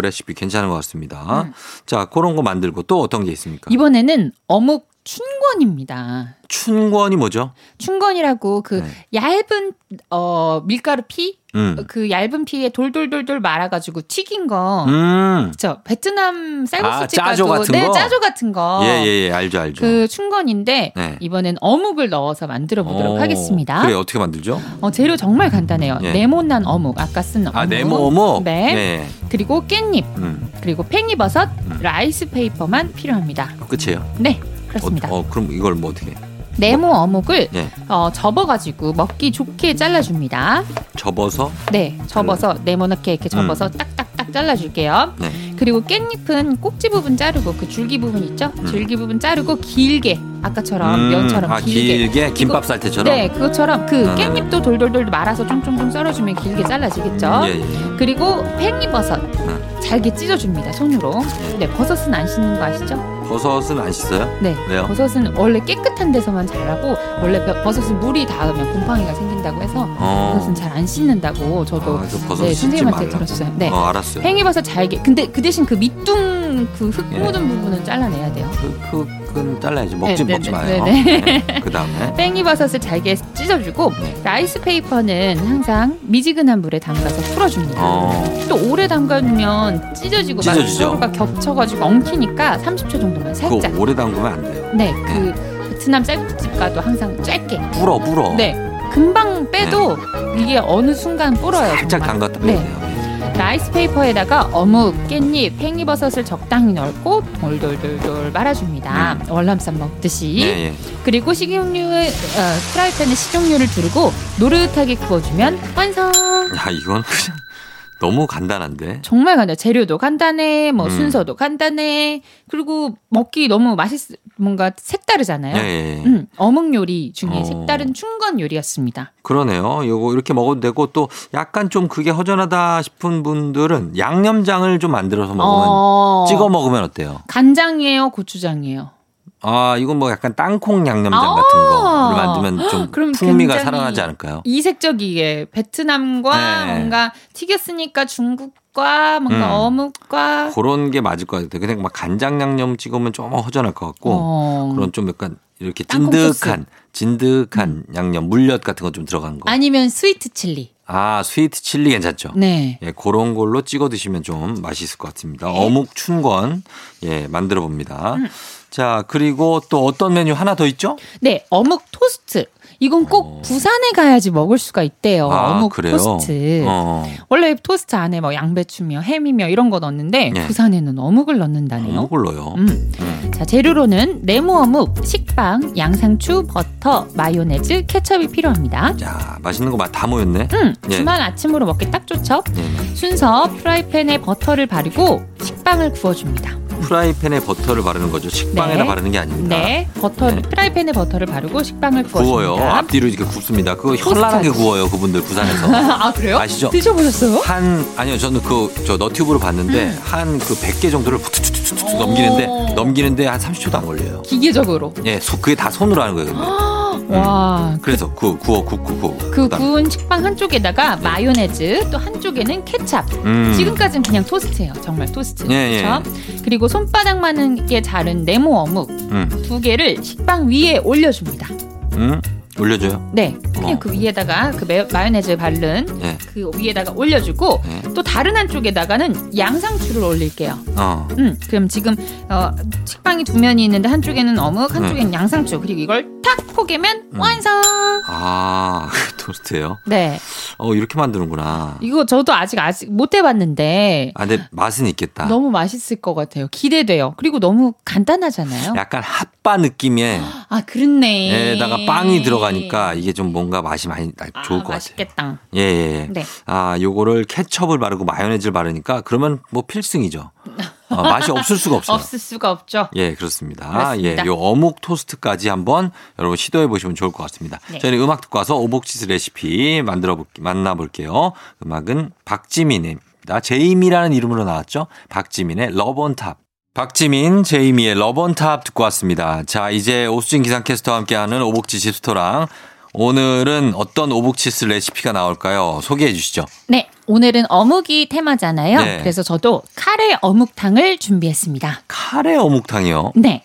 [SPEAKER 1] 레시피 괜찮은 것 같습니다.
[SPEAKER 4] 음.
[SPEAKER 1] 자, 그런 거 만들고 또 어떤 게 있습니까?
[SPEAKER 4] 이번에는 어묵 춘권입니다.
[SPEAKER 1] 춘권이 뭐죠?
[SPEAKER 4] 춘건이라고 그
[SPEAKER 1] 네.
[SPEAKER 4] 얇은 어 밀가루 피
[SPEAKER 1] 음.
[SPEAKER 4] 그 얇은 피에 돌돌돌돌 말아가지고 튀긴 거.
[SPEAKER 1] 음.
[SPEAKER 4] 그쵸. 베트남
[SPEAKER 1] 아,
[SPEAKER 4] 쌀국수집
[SPEAKER 1] 짜조
[SPEAKER 4] 가도
[SPEAKER 1] 같은
[SPEAKER 4] 네
[SPEAKER 1] 거?
[SPEAKER 4] 짜조 같은 거.
[SPEAKER 1] 예, 예, 예. 알죠, 알죠.
[SPEAKER 4] 어. 그 춘건인데
[SPEAKER 1] 네.
[SPEAKER 4] 이번엔 어묵을 넣어서 만들어 보도록
[SPEAKER 1] 어,
[SPEAKER 4] 하겠습니다.
[SPEAKER 1] 그래, 어떻게 만들죠?
[SPEAKER 4] 어, 재료 정말 간단해요.
[SPEAKER 1] 예.
[SPEAKER 4] 네모난 어묵 아까 쓴 어묵.
[SPEAKER 1] 아, 네모 어묵?
[SPEAKER 4] 네.
[SPEAKER 1] 네.
[SPEAKER 4] 그리고 깻잎
[SPEAKER 1] 음.
[SPEAKER 4] 그리고 팽이버섯
[SPEAKER 1] 음.
[SPEAKER 4] 라이스 페이퍼만 필요합니다.
[SPEAKER 1] 끝이에요.
[SPEAKER 4] 네 그렇습니다.
[SPEAKER 1] 어, 어, 그럼 이걸 뭐 어떻게? 해?
[SPEAKER 4] 네모 어묵을
[SPEAKER 1] 예.
[SPEAKER 4] 어, 접어가지고 먹기 좋게 잘라줍니다.
[SPEAKER 1] 접어서
[SPEAKER 4] 네, 접어서
[SPEAKER 1] 그
[SPEAKER 4] 네모나게
[SPEAKER 1] 음.
[SPEAKER 4] 이렇게 접어서 딱딱딱 잘라줄게요.
[SPEAKER 1] 네.
[SPEAKER 4] 그리고 깻잎은 꼭지 부분 자르고 그 줄기 부분 있죠?
[SPEAKER 1] 음.
[SPEAKER 4] 줄기 부분 자르고 길게 아까처럼
[SPEAKER 1] 음,
[SPEAKER 4] 면처럼
[SPEAKER 1] 아,
[SPEAKER 4] 길게.
[SPEAKER 1] 길게 김밥 쌀 때처럼.
[SPEAKER 4] 네, 그것처럼 그
[SPEAKER 1] 음.
[SPEAKER 4] 깻잎도 돌돌돌 말아서 쫑쫑쫑 썰어주면 길게 잘라지겠죠?
[SPEAKER 1] 예, 음. 예.
[SPEAKER 4] 그리고 팽이버섯 잘게 찢어줍니다 손으로.
[SPEAKER 1] 예.
[SPEAKER 4] 네, 버섯은 안 씻는 거 아시죠?
[SPEAKER 1] 버섯은 안 씻어요?
[SPEAKER 4] 네.
[SPEAKER 1] 왜요?
[SPEAKER 4] 버섯은 원래 깨끗한 데서만 자라고 원래 버- 버섯은 물이 닿으면 곰팡이가 생긴다고 해서
[SPEAKER 1] 어.
[SPEAKER 4] 버섯은 잘 안 씻는다고 저도
[SPEAKER 1] 아, 그 버섯
[SPEAKER 4] 네,
[SPEAKER 1] 씻지
[SPEAKER 4] 선생님한테
[SPEAKER 1] 말라.
[SPEAKER 4] 들었어요. 네.
[SPEAKER 1] 어, 알았어요.
[SPEAKER 4] 팽이버섯 잘게. 근데 그 대신 그 밑둥 그 흙
[SPEAKER 1] 예.
[SPEAKER 4] 묻은 부분은 잘라내야 돼요.
[SPEAKER 1] 그, 그건 잘라야지. 먹지
[SPEAKER 4] 네,
[SPEAKER 1] 먹지
[SPEAKER 4] 네,
[SPEAKER 1] 마요.
[SPEAKER 4] 네,
[SPEAKER 1] 그 다음에
[SPEAKER 4] 팽이버섯을 잘게 찢어주고
[SPEAKER 1] 네.
[SPEAKER 4] 라이스 페이퍼는 항상 미지근한 물에 담가서 풀어줍니다.
[SPEAKER 1] 어,
[SPEAKER 4] 또 오래 담가두면 찢어지고 막
[SPEAKER 1] 찢어지죠.
[SPEAKER 4] 서로가 겹쳐가지고 엉키니까 30초 정도만
[SPEAKER 1] 그거
[SPEAKER 4] 살짝.
[SPEAKER 1] 오래 담그면 안 돼요.
[SPEAKER 4] 네, 그 베트남 쌀국집 가도 항상 짧게.
[SPEAKER 1] 불어 불어.
[SPEAKER 4] 네, 금방 빼도 이게 어느 순간 불어요.
[SPEAKER 1] 살짝
[SPEAKER 4] 정말.
[SPEAKER 1] 담갔다 빼야
[SPEAKER 4] 네.
[SPEAKER 1] 돼요.
[SPEAKER 4] 라이스 페이퍼에다가 어묵, 깻잎, 팽이버섯을 적당히 넣고 돌돌돌돌 말아줍니다.
[SPEAKER 1] 음.
[SPEAKER 4] 월남쌈 먹듯이.
[SPEAKER 1] 예, 예.
[SPEAKER 4] 그리고 식용유에 어, 프라이팬에 식용유를 두르고 노릇하게 구워주면 완성.
[SPEAKER 1] 야 이건 그냥 너무 간단한데.
[SPEAKER 4] 정말 간단. 재료도 간단해. 뭐
[SPEAKER 1] 음.
[SPEAKER 4] 순서도 간단해. 그리고 먹기 너무 맛있 뭔가 색다르잖아요.
[SPEAKER 1] 예, 예. 예.
[SPEAKER 4] 음, 어묵 요리 중에
[SPEAKER 1] 어.
[SPEAKER 4] 색다른 충건 요리였습니다.
[SPEAKER 1] 그러네요. 요거 이렇게 먹어도 되고 또 약간 좀 그게 허전하다 싶은 분들은 양념장을 좀 만들어서 먹으면
[SPEAKER 4] 어.
[SPEAKER 1] 찍어 먹으면 어때요?
[SPEAKER 4] 간장이에요, 고추장이에요.
[SPEAKER 1] 아, 이건 뭐 약간 땅콩 양념장 아~ 같은 거를 만들면 좀 그럼 풍미가 살아나지 않을까요?
[SPEAKER 4] 이색적이게 베트남과 네. 뭔가 튀겼으니까 중국과 뭔가 음. 어묵과
[SPEAKER 1] 그런 게 맞을 것 같아요. 그냥 막 간장 양념 찍으면 좀 허전할 것 같고 어. 그런 좀 약간 이렇게 찐득한 진득한 음. 양념 물엿 같은 거 좀 들어간 거.
[SPEAKER 4] 아니면 스위트 칠리.
[SPEAKER 1] 아, 스위트 칠리 괜찮죠?
[SPEAKER 4] 네.
[SPEAKER 1] 예, 그런 걸로 찍어 드시면 좀 맛있을 것 같습니다. 네. 어묵 춘권 예, 만들어 봅니다. 음. 자, 그리고 또 어떤 메뉴 하나 더 있죠?
[SPEAKER 4] 네, 어묵 토스트. 이건 꼭 어. 부산에 가야지 먹을 수가 있대요. 아, 어묵 그래요? 토스트. 어. 원래 토스트 안에 뭐 양배추며 햄이며 이런 거 넣는데 예. 부산에는 어묵을 넣는다네요.
[SPEAKER 1] 어묵을 네. 넣어요.
[SPEAKER 4] 음. 음. 자 재료로는 네모 어묵, 식빵, 양상추, 버터, 마요네즈, 케첩이 필요합니다.
[SPEAKER 1] 자 맛있는 거 다 모였네.
[SPEAKER 4] 음, 주말 예. 아침으로 먹기 딱 좋죠. 예. 순서 프라이팬에 버터를 바르고 식빵을 구워줍니다.
[SPEAKER 1] 프라이팬에 버터를 바르는 거죠. 식빵에다 네. 바르는 게 아닙니다.
[SPEAKER 4] 네. 버터 네. 프라이팬에 버터를 바르고 식빵을
[SPEAKER 1] 구워요.
[SPEAKER 4] 구워줍니다.
[SPEAKER 1] 앞뒤로 이렇게 굽습니다. 그거 현란하게 구워요. 그분들 부산에서.
[SPEAKER 4] 아, 그래요?
[SPEAKER 1] 아시죠?
[SPEAKER 4] 드셔 보셨어요?
[SPEAKER 1] 한 아니요. 저는 그 저 너튜브로 봤는데 음. 한그 100개 정도를 툭툭툭툭 넘기는데 넘기는데 한 30초도 안 걸려요.
[SPEAKER 4] 기계적으로.
[SPEAKER 1] 예. 소, 그게 다 손으로 하는 거예요, 근데.
[SPEAKER 4] 와. 음.
[SPEAKER 1] 그래서 그, 구워 굽고 구워.
[SPEAKER 4] 그 그다음에. 구운 식빵 한쪽에다가 마요네즈 또 한쪽에는 케찹. 음. 지금까지는 그냥 토스트예요. 정말 토스트. 예, 그렇죠? 예. 그리고 손바닥만하게 자른 네모 어묵 음. 두 개를 식빵 위에 올려줍니다.
[SPEAKER 1] 음. 올려줘요?
[SPEAKER 4] 네. 그냥 어. 그 위에다가 그 마요네즈 바른 예. 그 위에다가 올려주고 예. 또 다른 한쪽에다가는 양상추를 올릴게요. 어. 음, 그럼 지금 어, 식빵이 두 면이 있는데 한쪽에는 어묵, 한쪽에는 예. 양상추 그리고 이걸 탁 포개면 음. 완성.
[SPEAKER 1] 아 토스트예요?
[SPEAKER 4] 네.
[SPEAKER 1] 어 이렇게 만드는구나.
[SPEAKER 4] 이거 저도 아직 아직 못 해봤는데.
[SPEAKER 1] 아 근데 맛은 있겠다.
[SPEAKER 4] 너무 맛있을 것 같아요. 기대돼요. 그리고 너무 간단하잖아요.
[SPEAKER 1] 약간 핫바 느낌의.
[SPEAKER 4] 아 그렇네.
[SPEAKER 1] 에다가 빵이 들어가. 들어가니까 이게 좀 뭔가 맛이 많이 아, 좋을 것
[SPEAKER 4] 맛있겠다. 같아요.
[SPEAKER 1] 예, 예. 네. 아, 요거를 케첩을 바르고 마요네즈를 바르니까 그러면 뭐 필승이죠. 어, 맛이 없을 수가 없어요.
[SPEAKER 4] 없을 수가 없죠.
[SPEAKER 1] 예, 그렇습니다. 그렇습니다. 예, 요 어묵 토스트까지 한번 여러분 시도해 보시면 좋을 것 같습니다. 네. 저희는 음악 듣고 와서 오복치즈 레시피 만들어 볼게 만나 볼게요. 음악은 박지민입니다. 제임이라는 이름으로 나왔죠. 박지민의 러브 온 탑. 박지민, 제이미의 러번탑 듣고 왔습니다. 자, 이제 오수진 기상캐스터와 함께하는 오복지 집스토랑 오늘은 어떤 오복치스 레시피가 나올까요? 소개해 주시죠.
[SPEAKER 4] 네, 오늘은 어묵이 테마잖아요. 네. 그래서 저도 카레 어묵탕을 준비했습니다.
[SPEAKER 1] 카레 어묵탕이요?
[SPEAKER 4] 네.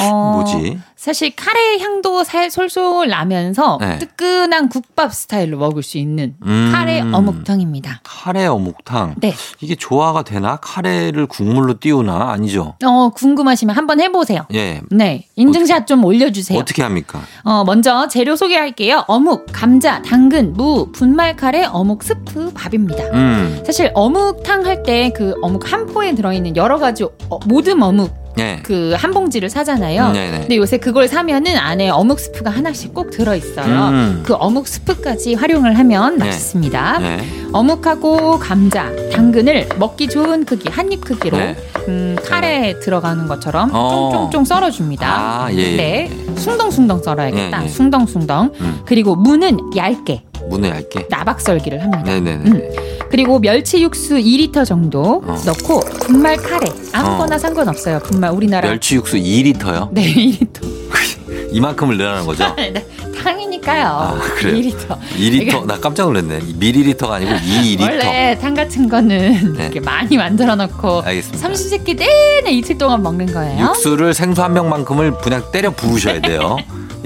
[SPEAKER 1] 어, 뭐지?
[SPEAKER 4] 사실 카레 향도 살, 솔솔 나면서 네. 뜨끈한 국밥 스타일로 먹을 수 있는 음, 카레 어묵탕입니다.
[SPEAKER 1] 카레 어묵탕.
[SPEAKER 4] 네.
[SPEAKER 1] 이게 조화가 되나? 카레를 국물로 띄우나? 아니죠.
[SPEAKER 4] 어, 궁금하시면 한번 해 보세요.
[SPEAKER 1] 예.
[SPEAKER 4] 네. 인증샷 어떻게, 좀 올려 주세요.
[SPEAKER 1] 어떻게 합니까?
[SPEAKER 4] 어, 먼저 재료 소개할게요. 어묵, 감자, 당근, 무, 분말 카레, 어묵 스프, 밥입니다. 음. 사실 어묵탕 할 때 그 어묵 한 포에 들어 있는 여러 가지 어, 모든 어묵 네.
[SPEAKER 1] 예.
[SPEAKER 4] 그한 봉지를
[SPEAKER 1] 음,
[SPEAKER 4] 사잖아요. 음, 네네. 근데 요새 그걸 사면은 안에 어묵 스프가 하나씩 꼭 들어 있어요. 음. 그 어묵 스프까지 활용을 하면 네. 맛있습니다. 네.
[SPEAKER 1] 예.
[SPEAKER 4] 어묵하고 감자, 당근을 먹기 좋은 크기 한 입 크기로 음, 카레에 들어가는 것처럼 어. 쫑쫑쫑 썰어줍니다.
[SPEAKER 1] 아, 예,
[SPEAKER 4] 네, 숭덩숭덩 썰어야겠다. 숭덩숭덩. 네, 음. 그리고 무는 얇게.
[SPEAKER 1] 무는 얇게.
[SPEAKER 4] 나박썰기를 합니다. 네네네. 그리고 멸치 육수 2리터 정도 어. 넣고 분말 카레 아무거나 어. 상관없어요. 분말 우리나라
[SPEAKER 1] 멸치 육수 2리터요?
[SPEAKER 4] 네, 2리터.
[SPEAKER 1] 이만큼을 넣으라는 거죠?
[SPEAKER 4] 네, 탕이니까요. 아,
[SPEAKER 1] 그래요?
[SPEAKER 4] 2리터.
[SPEAKER 1] 2리터. 그러니까 나 깜짝 놀랐네. 미리리터가 아니고 2리터.
[SPEAKER 4] 원래 탕 같은 거는 네. 이렇게 많이 만들어 놓고
[SPEAKER 1] 알겠습니다.
[SPEAKER 4] 30세끼 내내 이틀 동안 먹는 거예요.
[SPEAKER 1] 육수를 생수 한 명만큼을 그냥 때려 부으셔야 돼요.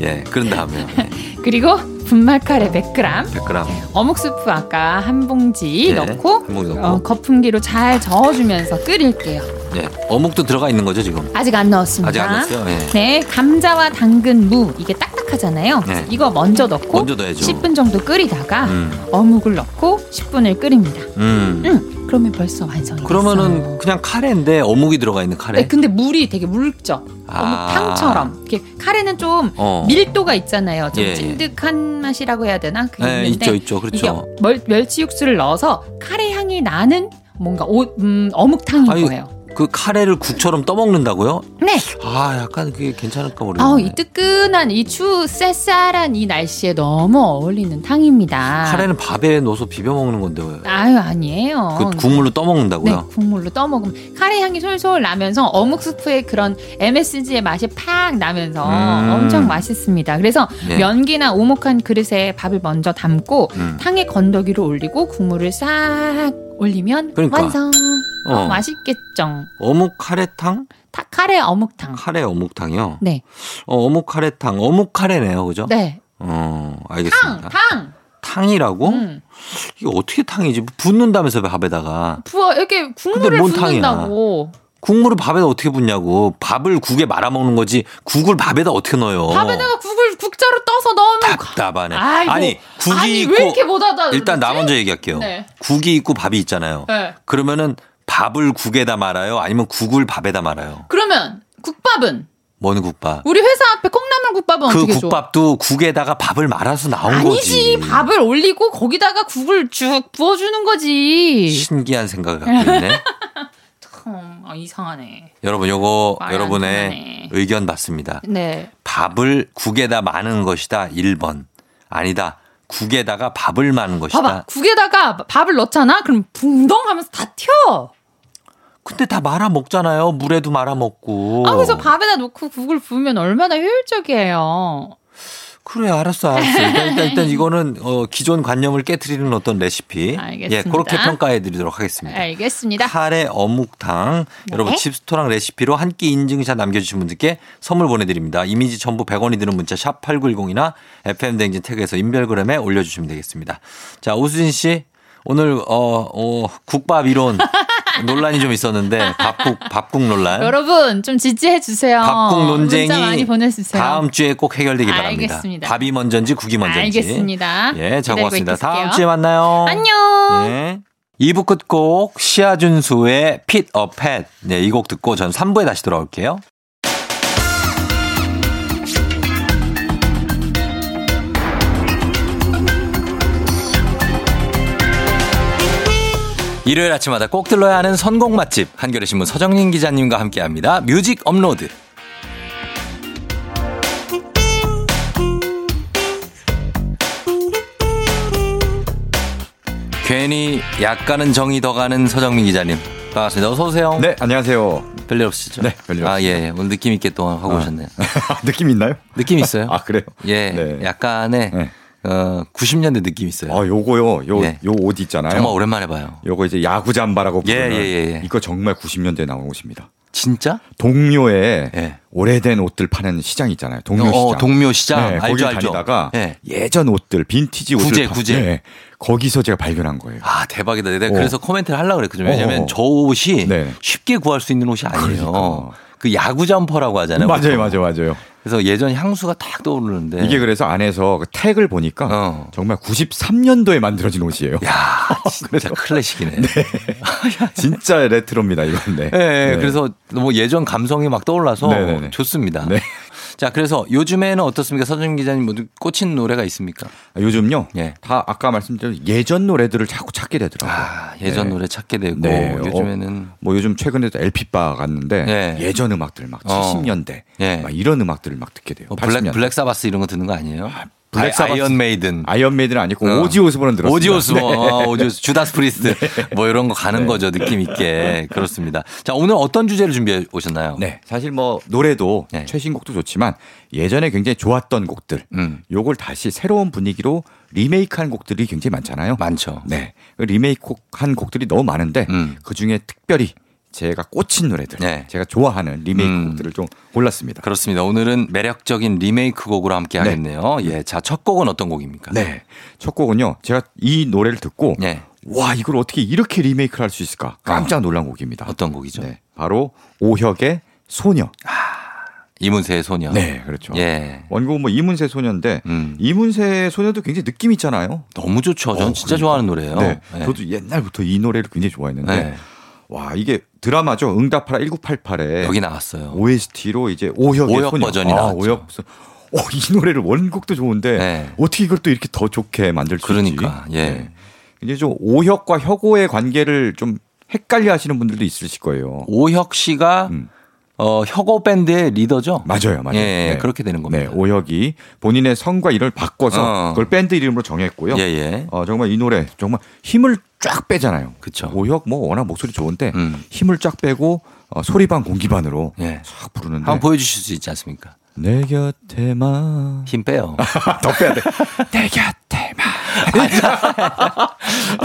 [SPEAKER 1] 예, 그런 다음에. 예.
[SPEAKER 4] 그리고 분말 카레 100g,
[SPEAKER 1] 100g.
[SPEAKER 4] 어묵 스프 아까 한 봉지 네, 넣고, 한 봉지 넣고. 어, 거품기로 잘 저어주면서 끓일게요.
[SPEAKER 1] 네, 어묵도 들어가 있는 거죠 지금?
[SPEAKER 4] 아직 안 넣었습니다.
[SPEAKER 1] 아직 안 넣었어요. 네,
[SPEAKER 4] 네 감자와 당근, 무 이게 딱딱하잖아요. 네. 이거 먼저 넣고
[SPEAKER 1] 먼저 넣어야죠.
[SPEAKER 4] 10분 정도 끓이다가 음. 어묵을 넣고 10분을 끓입니다. 음. 음. 그러면 벌써 완성이
[SPEAKER 1] 그러면은
[SPEAKER 4] 됐어요.
[SPEAKER 1] 그냥 카레인데 어묵이 들어가 있는 카레.
[SPEAKER 4] 네, 근데 물이 되게 묽죠. 아~ 어묵탕처럼. 이렇게 카레는 좀
[SPEAKER 1] 아.
[SPEAKER 4] 어. 밀도가 있잖아요. 좀 예, 찐득한 맛이라고 해야 되나? 그게
[SPEAKER 1] 예, 있는데
[SPEAKER 4] 있죠,
[SPEAKER 1] 있죠. 그렇죠.
[SPEAKER 4] 멸, 멸치 육수를 넣어서 카레 향이 나는 뭔가 오, 음, 어묵탕인 아니, 거예요.
[SPEAKER 1] 그 카레를 국처럼 떠먹는다고요?
[SPEAKER 4] 네.
[SPEAKER 1] 아, 약간 그게 괜찮을까 모르겠네.
[SPEAKER 4] 아우, 이 뜨끈한 이 추 쌀쌀한 이 날씨에 너무 어울리는 탕입니다.
[SPEAKER 1] 카레는 밥에 넣어서 비벼 먹는 건데 요
[SPEAKER 4] 아유, 아니에요.
[SPEAKER 1] 그 국물로 떠먹는다고요?
[SPEAKER 4] 네, 국물로 떠먹으면 카레 향이 솔솔 나면서 어묵 스프의 그런 MSG의 맛이 팍 나면서 음. 엄청 맛있습니다. 그래서
[SPEAKER 1] 예.
[SPEAKER 4] 네. 면기나 오목한 그릇에 밥을 먼저 담고 음. 탕에 건더기를 올리고 국물을 싹 올리면 그러니까. 완성. 어. 어, 맛있겠죠.
[SPEAKER 1] 어묵 카레탕?
[SPEAKER 4] 타, 카레 어묵탕.
[SPEAKER 1] 카레 어묵탕이요?
[SPEAKER 4] 네.
[SPEAKER 1] 어, 어묵 카레탕. 어묵 카레네요, 그죠?
[SPEAKER 4] 네.
[SPEAKER 1] 어, 아, 알겠습니다.
[SPEAKER 4] 탕! 탕!
[SPEAKER 1] 탕이라고? 음. 이게 어떻게 탕이지? 붓는다면서 밥에다가.
[SPEAKER 4] 부어, 이렇게 국물을 붓는다고.
[SPEAKER 1] 국물을 밥에다 어떻게 붓냐고. 밥을 국에 말아먹는 거지. 국을 밥에다 어떻게 넣어요?
[SPEAKER 4] 밥에다가 국을 국자로 떠서 넣으면. 그-
[SPEAKER 1] 답답하네. 아이고. 아니, 국이
[SPEAKER 4] 아니,
[SPEAKER 1] 있고.
[SPEAKER 4] 왜 이렇게 못하다.
[SPEAKER 1] 일단 나 먼저 얘기할게요. 네. 국이 있고 밥이 있잖아요. 네.
[SPEAKER 4] 예.
[SPEAKER 1] 그러면은 밥을 국에다 말아요? 아니면 국을 밥에다 말아요?
[SPEAKER 4] 그러면 국밥은?
[SPEAKER 1] 뭔 국밥?
[SPEAKER 4] 우리 회사 앞에 콩나물 국밥은
[SPEAKER 1] 그
[SPEAKER 4] 어떻게 줘?
[SPEAKER 1] 그 국밥도 국에다가 밥을 말아서 나온
[SPEAKER 4] 아니지,
[SPEAKER 1] 거지.
[SPEAKER 4] 밥을 올리고 거기다가 국을 쭉 부어주는 거지.
[SPEAKER 1] 신기한 생각을 갖고 있네.
[SPEAKER 4] 참 아, 이상하네.
[SPEAKER 1] 여러분 요거 여러분의 의견 받습니다.
[SPEAKER 4] 네.
[SPEAKER 1] 밥을 국에다 마는 것이다 1번. 아니다. 국에다가 밥을 마는 것이다.
[SPEAKER 4] 봐봐. 국에다가 밥을 넣잖아. 그럼 붕덩 하면서 다 튀어.
[SPEAKER 1] 근데 다 말아 먹잖아요. 물에도 말아 먹고.
[SPEAKER 4] 아, 그래서 밥에다 놓고 국을 부으면 얼마나 효율적이에요.
[SPEAKER 1] 그래, 알았어, 알았어. 일단, 일단, 일단 이거는 어, 기존 관념을 깨뜨리는 어떤 레시피.
[SPEAKER 4] 알겠습니다.
[SPEAKER 1] 예, 그렇게 평가해 드리도록 하겠습니다.
[SPEAKER 4] 알겠습니다.
[SPEAKER 1] 카레 어묵탕. 네. 여러분, 칩스토랑 레시피로 한 끼 인증샷 남겨주신 분들께 선물 보내드립니다. 이미지 첨부 100원이 드는 문자 샵 8910이나 FM댕진 태그에서 인별그램에 올려주시면 되겠습니다. 자, 오수진 씨. 오늘, 어, 어, 국밥 이론. 논란이 좀 있었는데 밥국 밥국 논란.
[SPEAKER 4] 여러분 좀 지지해 주세요.
[SPEAKER 1] 밥국 논쟁이
[SPEAKER 4] 어, 많이 보내주세요.
[SPEAKER 1] 다음 주에 꼭 해결되기 바랍니다.
[SPEAKER 4] 알겠습니다.
[SPEAKER 1] 밥이 먼저인지 국이 먼저인지.
[SPEAKER 4] 알겠습니다.
[SPEAKER 1] 예, 잘 고맙습니다. 다음 주에 만나요.
[SPEAKER 4] 안녕.
[SPEAKER 1] 예. 2부 끝곡 시아준수의 Pit a Pet. 네, 이 곡 듣고 전 3부에 다시 돌아올게요. 일요일 아침마다 꼭 들러야 하는 선곡 맛집 한겨레 신문 서정민 기자님과 함께합니다. 뮤직 업로드. 괜히 약간은 정이 더 가는 서정민 기자님. 반갑습니다. 어서 오세요.
[SPEAKER 5] 네, 안녕하세요.
[SPEAKER 1] 별일 없으시죠?
[SPEAKER 5] 네, 별일 없습니다.
[SPEAKER 1] 아, 예, 예. 오늘 느낌 있게 또 하고
[SPEAKER 5] 아.
[SPEAKER 1] 오셨네요.
[SPEAKER 5] 느낌 있나요?
[SPEAKER 1] 느낌 있어요?
[SPEAKER 5] 아, 그래요?
[SPEAKER 1] 예.
[SPEAKER 5] 네.
[SPEAKER 1] 약간의
[SPEAKER 5] 네.
[SPEAKER 1] 어, 90년대 느낌 있어요.
[SPEAKER 5] 아, 요거요. 요,
[SPEAKER 1] 네.
[SPEAKER 5] 요 옷 있잖아요.
[SPEAKER 1] 정말 오랜만에 봐요.
[SPEAKER 5] 요거 이제 야구 잠바라고
[SPEAKER 1] 예,
[SPEAKER 5] 부르는
[SPEAKER 1] 예, 예, 예.
[SPEAKER 5] 이거 정말 90년대에 나온 옷입니다.
[SPEAKER 1] 진짜?
[SPEAKER 5] 동묘에
[SPEAKER 1] 예.
[SPEAKER 5] 오래된 옷들 파는 시장 있잖아요. 동묘
[SPEAKER 1] 어,
[SPEAKER 5] 시장.
[SPEAKER 1] 동묘 시장.
[SPEAKER 5] 네,
[SPEAKER 1] 알죠,
[SPEAKER 5] 거기
[SPEAKER 1] 알죠.
[SPEAKER 5] 다니다가
[SPEAKER 1] 예.
[SPEAKER 5] 예전 옷들, 빈티지 옷들
[SPEAKER 1] 구제,
[SPEAKER 5] 파-
[SPEAKER 1] 구제.
[SPEAKER 5] 네, 거기서 제가 발견한 거예요.
[SPEAKER 1] 아 대박이다. 내가
[SPEAKER 5] 어.
[SPEAKER 1] 그래서 코멘트를 하려고 그랬거든요.
[SPEAKER 5] 어.
[SPEAKER 1] 왜냐하면 저 옷이
[SPEAKER 5] 네.
[SPEAKER 1] 쉽게 구할 수 있는 옷이 아니에요.
[SPEAKER 5] 그러니까.
[SPEAKER 1] 그 야구 점퍼라고 하잖아요.
[SPEAKER 5] 맞아요,
[SPEAKER 1] 보통.
[SPEAKER 5] 맞아요, 맞아요.
[SPEAKER 1] 그래서 예전 향수가 딱 떠오르는데
[SPEAKER 5] 이게 그래서 안에서 그 택을 보니까
[SPEAKER 1] 네. 어.
[SPEAKER 5] 정말 93년도에 만들어진 옷이에요.
[SPEAKER 1] 야 진짜 클래식이네.
[SPEAKER 5] 진짜 레트로입니다, 이건. 네.
[SPEAKER 1] 예, 예,
[SPEAKER 5] 네.
[SPEAKER 1] 그래서 너무 예전 감성이 막 떠올라서
[SPEAKER 5] 네, 네, 네.
[SPEAKER 1] 좋습니다.
[SPEAKER 5] 네.
[SPEAKER 1] 자, 그래서 요즘에는 어떻습니까? 서준 기자님 모두 꽂힌 노래가 있습니까?
[SPEAKER 5] 아, 요즘요.
[SPEAKER 1] 예.
[SPEAKER 5] 다 아까 말씀드린 예전 노래들을 자꾸 찾게 되더라고요.
[SPEAKER 1] 아, 예전
[SPEAKER 5] 네.
[SPEAKER 1] 노래 찾게 되고
[SPEAKER 5] 네. 어,
[SPEAKER 1] 요즘에는
[SPEAKER 5] 뭐 요즘 최근에 도 LP 바 갔는데
[SPEAKER 1] 네.
[SPEAKER 5] 예전 음악들 막
[SPEAKER 1] 어.
[SPEAKER 5] 70년대
[SPEAKER 1] 예.
[SPEAKER 5] 막 이런 음악들을 막 듣게 돼요.
[SPEAKER 1] 뭐 블랙
[SPEAKER 5] 80년대.
[SPEAKER 1] 블랙 사바스 이런 거 듣는 거 아니에요?
[SPEAKER 5] 블랙
[SPEAKER 1] 아,
[SPEAKER 5] 사바스.
[SPEAKER 1] 아이언 메이든.
[SPEAKER 5] 아이언 메이드는 네. 아니고
[SPEAKER 1] 어.
[SPEAKER 5] 오지 오스본은 들었어요.
[SPEAKER 1] 오지 오스, 어, 오지 오스, 주다스 프리스트
[SPEAKER 5] 네.
[SPEAKER 1] 뭐 이런 거 가는 거죠 느낌 있게 그렇습니다. 자 오늘 어떤 주제를 준비해 오셨나요?
[SPEAKER 5] 네, 사실 뭐 노래도
[SPEAKER 1] 네.
[SPEAKER 5] 최신곡도 좋지만 예전에 굉장히 좋았던 곡들,
[SPEAKER 1] 음.
[SPEAKER 5] 요걸 다시 새로운 분위기로 리메이크한 곡들이 굉장히 많잖아요.
[SPEAKER 1] 많죠.
[SPEAKER 5] 네, 그 리메이크한 곡들이 너무 많은데
[SPEAKER 1] 음.
[SPEAKER 5] 그 중에 특별히 제가 꽂힌 노래들,
[SPEAKER 1] 네.
[SPEAKER 5] 제가 좋아하는 리메이크
[SPEAKER 1] 음.
[SPEAKER 5] 곡들을 좀 골랐습니다.
[SPEAKER 1] 그렇습니다. 오늘은 매력적인 리메이크 곡으로 함께 하겠네요. 예, 자첫 곡은 어떤 곡입니까?
[SPEAKER 5] 네, 첫 곡은요. 제가 이 노래를 듣고
[SPEAKER 1] 네. 아.
[SPEAKER 5] 와 이걸 어떻게 이렇게 리메이크를 할 수 있을까 깜짝 놀란 곡입니다.
[SPEAKER 1] 어떤 곡이죠?
[SPEAKER 5] 네, 바로 오혁의 소녀.
[SPEAKER 1] 이문세의 소녀.
[SPEAKER 5] 네, 그렇죠.
[SPEAKER 1] 예.
[SPEAKER 5] 원곡은 뭐 이문세 소녀인데
[SPEAKER 1] 음.
[SPEAKER 5] 이문세 소녀도 굉장히 느낌 있잖아요.
[SPEAKER 1] 너무 좋죠. 저는
[SPEAKER 5] 어,
[SPEAKER 1] 진짜
[SPEAKER 5] 그러니까.
[SPEAKER 1] 좋아하는 노래예요.
[SPEAKER 5] 네,
[SPEAKER 1] 예.
[SPEAKER 5] 저도 옛날부터 이 노래를 굉장히 좋아했는데
[SPEAKER 1] 네.
[SPEAKER 5] 와 이게 드라마죠. 응답하라 1988에
[SPEAKER 1] 예. 여기 나왔어요.
[SPEAKER 5] OST로 이제 오혁의
[SPEAKER 1] 오혁
[SPEAKER 5] 소녀.
[SPEAKER 1] 버전이
[SPEAKER 5] 아,
[SPEAKER 1] 나왔죠.
[SPEAKER 5] 오혁 소- 어, 이 노래를 원곡도 좋은데
[SPEAKER 1] 네.
[SPEAKER 5] 어떻게 이걸 또 이렇게 더 좋게 만들 수 있지?
[SPEAKER 1] 그러니까, 예.
[SPEAKER 5] 네. 이제 좀 오혁과 혁오의 관계를 좀 헷갈려 하시는 분들도 있으실 거예요.
[SPEAKER 1] 오혁 씨가 음. 어, 혁오 밴드의 리더죠?
[SPEAKER 5] 맞아요, 맞아요.
[SPEAKER 1] 예, 네. 그렇게 되는 겁니다.
[SPEAKER 5] 네, 오혁이 본인의 성과 이름을 바꿔서 어. 그걸 밴드 이름으로 정했고요.
[SPEAKER 1] 예, 예.
[SPEAKER 5] 어, 정말 이 노래 정말 힘을 쫙 빼잖아요.
[SPEAKER 1] 그쵸.
[SPEAKER 5] 오혁 뭐 워낙 목소리 좋은데 음. 힘을 쫙 빼고 어, 소리반 공기반으로 예. 쫙 부르는데
[SPEAKER 1] 한번 보여주실 수 있지 않습니까?
[SPEAKER 5] 내 곁에만
[SPEAKER 1] 힘 빼요.
[SPEAKER 5] 더 빼야 돼. 내 곁에만.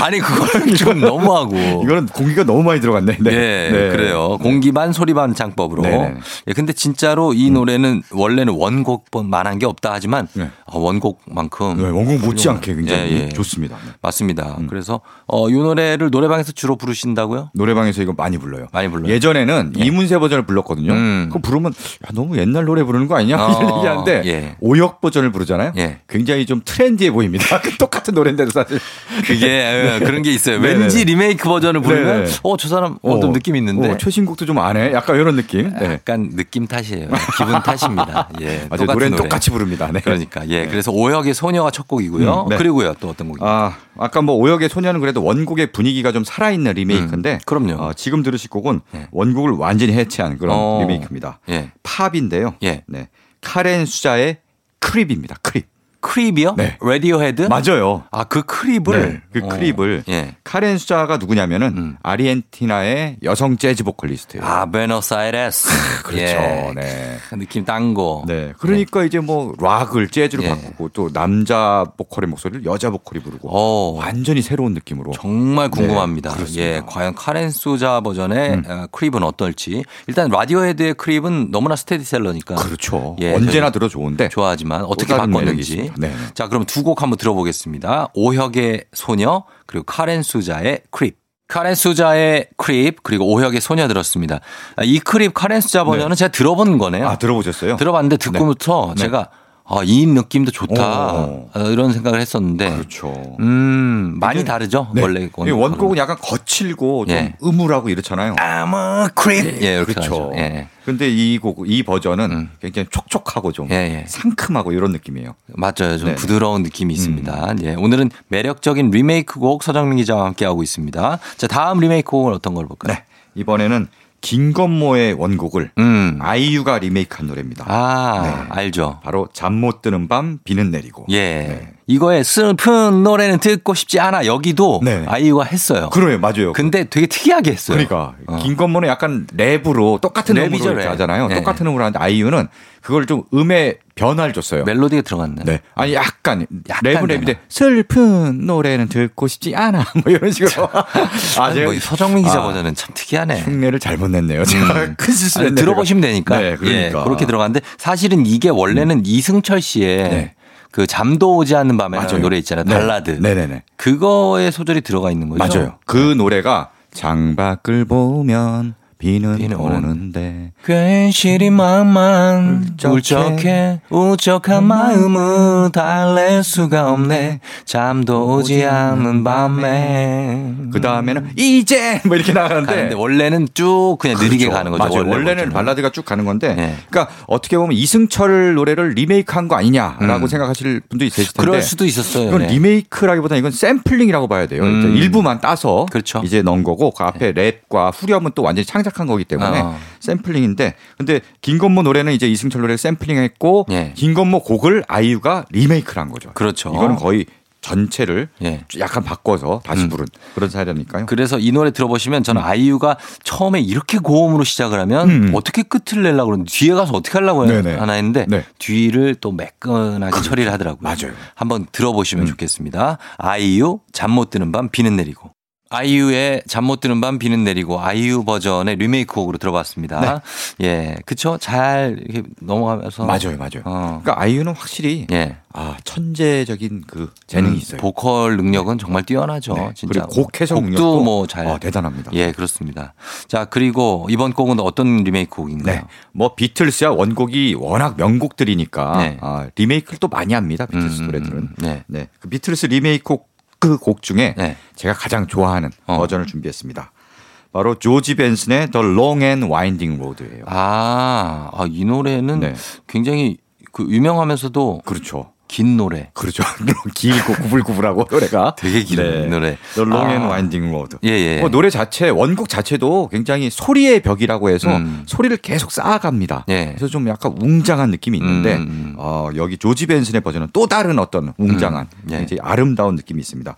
[SPEAKER 1] 아니 그거는 좀 너무하고
[SPEAKER 5] 이거는 공기가 너무 많이 들어갔네.
[SPEAKER 1] 네, 네, 네. 그래요. 공기 반 소리 반 장법으로. 네, 예, 근데 진짜로 이 노래는 음. 원래는 원곡만한 게 없다 하지만
[SPEAKER 5] 네.
[SPEAKER 1] 어, 원곡만큼
[SPEAKER 5] 원곡 못지않게 굉장히 예, 예. 좋습니다.
[SPEAKER 1] 맞습니다. 음. 그래서 어, 이 노래를 노래방에서 주로 부르신다고요?
[SPEAKER 5] 노래방에서 이거 많이 불러요.
[SPEAKER 1] 많이 불러요.
[SPEAKER 5] 예전에는 이문세 버전을 불렀거든요. 음. 그거 부르면 야, 너무 옛날 노래 부르는 거 아니냐 어, 이런
[SPEAKER 1] 예.
[SPEAKER 5] 얘기하는데 오역 버전을 부르잖아요. 굉장히 좀 트렌디해 보입니다. 그 똑같은 노래인데도 사실
[SPEAKER 1] 그게 네. 그런 게 있어요. 네네. 왠지 리메이크 버전을 부르면 어 저 사람 어떤 느낌 있는데
[SPEAKER 5] 네, 어, 최신곡도 좀 안 해. 약간 이런 느낌.
[SPEAKER 1] 네. 약간 느낌 탓이에요. 기분 탓입니다. 예,
[SPEAKER 5] 맞아요. 노래는 노래. 똑같이 부릅니다. 네.
[SPEAKER 1] 그러니까 예 그래서 오혁의 소녀가 첫 곡이고요. 음, 그리고요 또 어떤 곡이요?
[SPEAKER 5] 아 아까 뭐 오혁의 소녀는 그래도 원곡의 분위기가 좀 살아있는 리메이크인데 음,
[SPEAKER 1] 그럼요.
[SPEAKER 5] 어, 지금 들으실 곡은 원곡을 완전히 해체한 그런 어, 리메이크입니다. 예. 팝인데요.
[SPEAKER 1] 예.
[SPEAKER 5] 네 카렌 수자의 크립입니다. 크립.
[SPEAKER 1] 크립이요?
[SPEAKER 5] 네.
[SPEAKER 1] 라디오 헤드?
[SPEAKER 5] 맞아요.
[SPEAKER 1] 아, 그 크립을?
[SPEAKER 5] 네. 그 크립을. 예. 카렌 수자가 누구냐면은 음. 아르헨티나의 여성 재즈 보컬리스트예요.
[SPEAKER 1] 아, 베너사이레스.
[SPEAKER 5] 네. 그렇죠. 예. 네.
[SPEAKER 1] 느낌 딴 거.
[SPEAKER 5] 네. 그러니까 네. 이제 뭐 락을 재즈로 예. 바꾸고 또 남자 보컬의 목소리를 여자 보컬이 부르고 오. 완전히 새로운 느낌으로.
[SPEAKER 1] 정말
[SPEAKER 5] 네,
[SPEAKER 1] 궁금합니다. 예. 과연 카렌 수자 버전의 음. 크립은 어떨지. 일단 라디오 헤드의 크립은 너무나 스테디셀러니까.
[SPEAKER 5] 그렇죠. 언제나 들어 좋은데.
[SPEAKER 1] 좋아하지만 어떻게 바꿨는지.
[SPEAKER 5] 네.
[SPEAKER 1] 자, 그럼 두 곡 한번 들어보겠습니다. 오혁의 소녀 그리고 카렌 수자의 크립. 카렌 수자의 크립 그리고 오혁의 소녀 들었습니다. 아, 이 크립 카렌 수자 버전은 네. 제가 들어본 거네요.
[SPEAKER 5] 아, 들어보셨어요?
[SPEAKER 1] 들어봤는데 듣고부터 네. 제가 아, 이 느낌도 좋다. 오. 이런 생각을 했었는데.
[SPEAKER 5] 어, 그렇죠.
[SPEAKER 1] 음, 많이 다르죠? 네. 원래
[SPEAKER 5] 원곡은. 원곡은 약간 거칠고 좀 예. 음울하고 이렇잖아요.
[SPEAKER 1] I'm a creep.
[SPEAKER 5] 예, 그렇죠. 예. 근데 이 곡, 이 버전은 음. 굉장히 촉촉하고 좀 예, 상큼하고 이런 느낌이에요.
[SPEAKER 1] 맞아요. 좀 네. 부드러운 느낌이 있습니다. 음. 예. 오늘은 매력적인 리메이크 곡 서정민 기자와 함께하고 있습니다. 자, 다음 리메이크 곡은 어떤 걸 볼까요?
[SPEAKER 5] 네. 이번에는 김건모의 원곡을 음. 아이유가 리메이크한 노래입니다.
[SPEAKER 1] 아, 네. 알죠.
[SPEAKER 5] 바로 잠 못 드는 밤 비는 내리고.
[SPEAKER 1] 예. 네. 이거에 슬픈 노래는 듣고 싶지 않아 여기도 네. 아이유가 했어요.
[SPEAKER 5] 그래요, 맞아요.
[SPEAKER 1] 근데 되게 특이하게 했어요.
[SPEAKER 5] 그렇죠. 그러니까 어. 김건모는 약간 랩으로 똑같은 랩이죠, 랩. 하잖아요. 네. 똑같은 음으로 하는데 아이유는 그걸 좀 음의 변화를 줬어요.
[SPEAKER 1] 멜로디가 들어갔네.
[SPEAKER 5] 네. 아니 약간, 약간 랩은 랩인데 슬픈 노래는 듣고 싶지 않아 뭐 이런 식으로.
[SPEAKER 1] 아, 뭐 서정민 기자 아, 버전은 참 특이하네.
[SPEAKER 5] 흉내를 잘못 냈네요. 제가 음. 큰 실수를
[SPEAKER 1] 아니, 들어보시면 되니까. 네, 그러니까. 예, 그렇게 들어갔는데 사실은 이게 원래는 음. 이승철 씨의 네. 그 잠도 오지 않는 밤에라는 노래 있잖아요. 네. 발라드.
[SPEAKER 5] 네네네.
[SPEAKER 1] 그거에 소절이 들어가 있는 거죠.
[SPEAKER 5] 맞아요. 그 노래가 장밖을 보면 비는, 비는 오는데
[SPEAKER 1] 괜시리 마음만 울적해 울적한 마음을 달랠 수가 없네 잠도 오지 않는 밤에 아,
[SPEAKER 5] 그 다음에는 이제 뭐 이렇게 나가는데
[SPEAKER 1] 원래는 쭉 그냥 그렇죠. 느리게 가는 거죠
[SPEAKER 5] 맞아요. 원래 원래는 거잖아요. 발라드가 쭉 가는 건데 네. 그러니까 어떻게 보면 이승철 노래를 리메이크한 거 아니냐라고 음. 생각하실 분도 있을 텐데
[SPEAKER 1] 그럴 수도 있었어요
[SPEAKER 5] 이건 네. 리메이크라기보다 이건 샘플링이라고 봐야 돼요 음. 일부만 따서
[SPEAKER 1] 그렇죠. 네.
[SPEAKER 5] 이제 넣은 거고 그 앞에 랩과 후렴은 또 완전히 창작 한 거기 때문에 어. 샘플링인데 근데 김건모 노래는 이제 이승철 노래를 샘플링했고 예. 김건모 곡을 아이유가 리메이크를 한 거죠.
[SPEAKER 1] 네. 그렇죠. 네.
[SPEAKER 5] 이거는 거의 전체를 예. 약간 바꿔서 다시 부른 음. 그런 사례니까요.
[SPEAKER 1] 그래서 이 노래 들어보시면 저는 음. 아이유가 처음에 이렇게 고음으로 시작을 하면 음. 어떻게 끝을 내려고 그러는 뒤에 가서 어떻게 하려고 네네. 하나 했는데 네. 뒤를 또 매끈하게 그렇죠. 처리를 하더라고요.
[SPEAKER 5] 맞아요. 음.
[SPEAKER 1] 한번 들어보시면 좋겠습니다. 아이유 잠 못 드는 밤 비는 내리고. 아이유의 잠 못 드는 밤 비는 내리고 아이유 버전의 리메이크 곡으로 들어봤습니다. 네. 예. 그쵸? 잘 이렇게 넘어가면서. 네.
[SPEAKER 5] 맞아요, 맞아요. 어. 그러니까 아이유는 확실히 예. 아, 천재적인 그 재능이 음, 있어요.
[SPEAKER 1] 보컬 능력은 정말 뛰어나죠. 네. 진짜.
[SPEAKER 5] 그리고 곡 해석
[SPEAKER 1] 곡도 뭐잘
[SPEAKER 5] 아, 대단합니다.
[SPEAKER 1] 예, 그렇습니다. 자, 그리고 이번 곡은 어떤 리메이크 곡인가요? 네.
[SPEAKER 5] 뭐 비틀스야 원곡이 워낙 명곡들이니까 네. 아, 리메이크를 또 많이 합니다. 비틀스 음, 노래들은. 네. 네. 그 비틀스 리메이크 곡 그곡 중에 네. 제가 가장 좋아하는 어. 버전을 준비했습니다. 바로 조지 벤슨의 The Long and Winding Road예요.
[SPEAKER 1] 아, 아 이 노래는 네. 굉장히 그 유명하면서도
[SPEAKER 5] 그렇죠.
[SPEAKER 1] 긴 노래.
[SPEAKER 5] 그렇죠. 길고 구불구불하고 노래가 아.
[SPEAKER 1] 되게 긴 네. 노래.
[SPEAKER 5] The Long and Winding Road.
[SPEAKER 1] 예, 예.
[SPEAKER 5] 어, 노래 자체 원곡 자체도 굉장히 소리의 벽이라고 해서 음. 소리를 계속 쌓아갑니다. 예. 그래서 좀 약간 웅장한 느낌이 있는데 음. 어, 여기 조지 벤슨의 버전은 또 다른 어떤 웅장한 음. 예. 아름다운 느낌이 있습니다.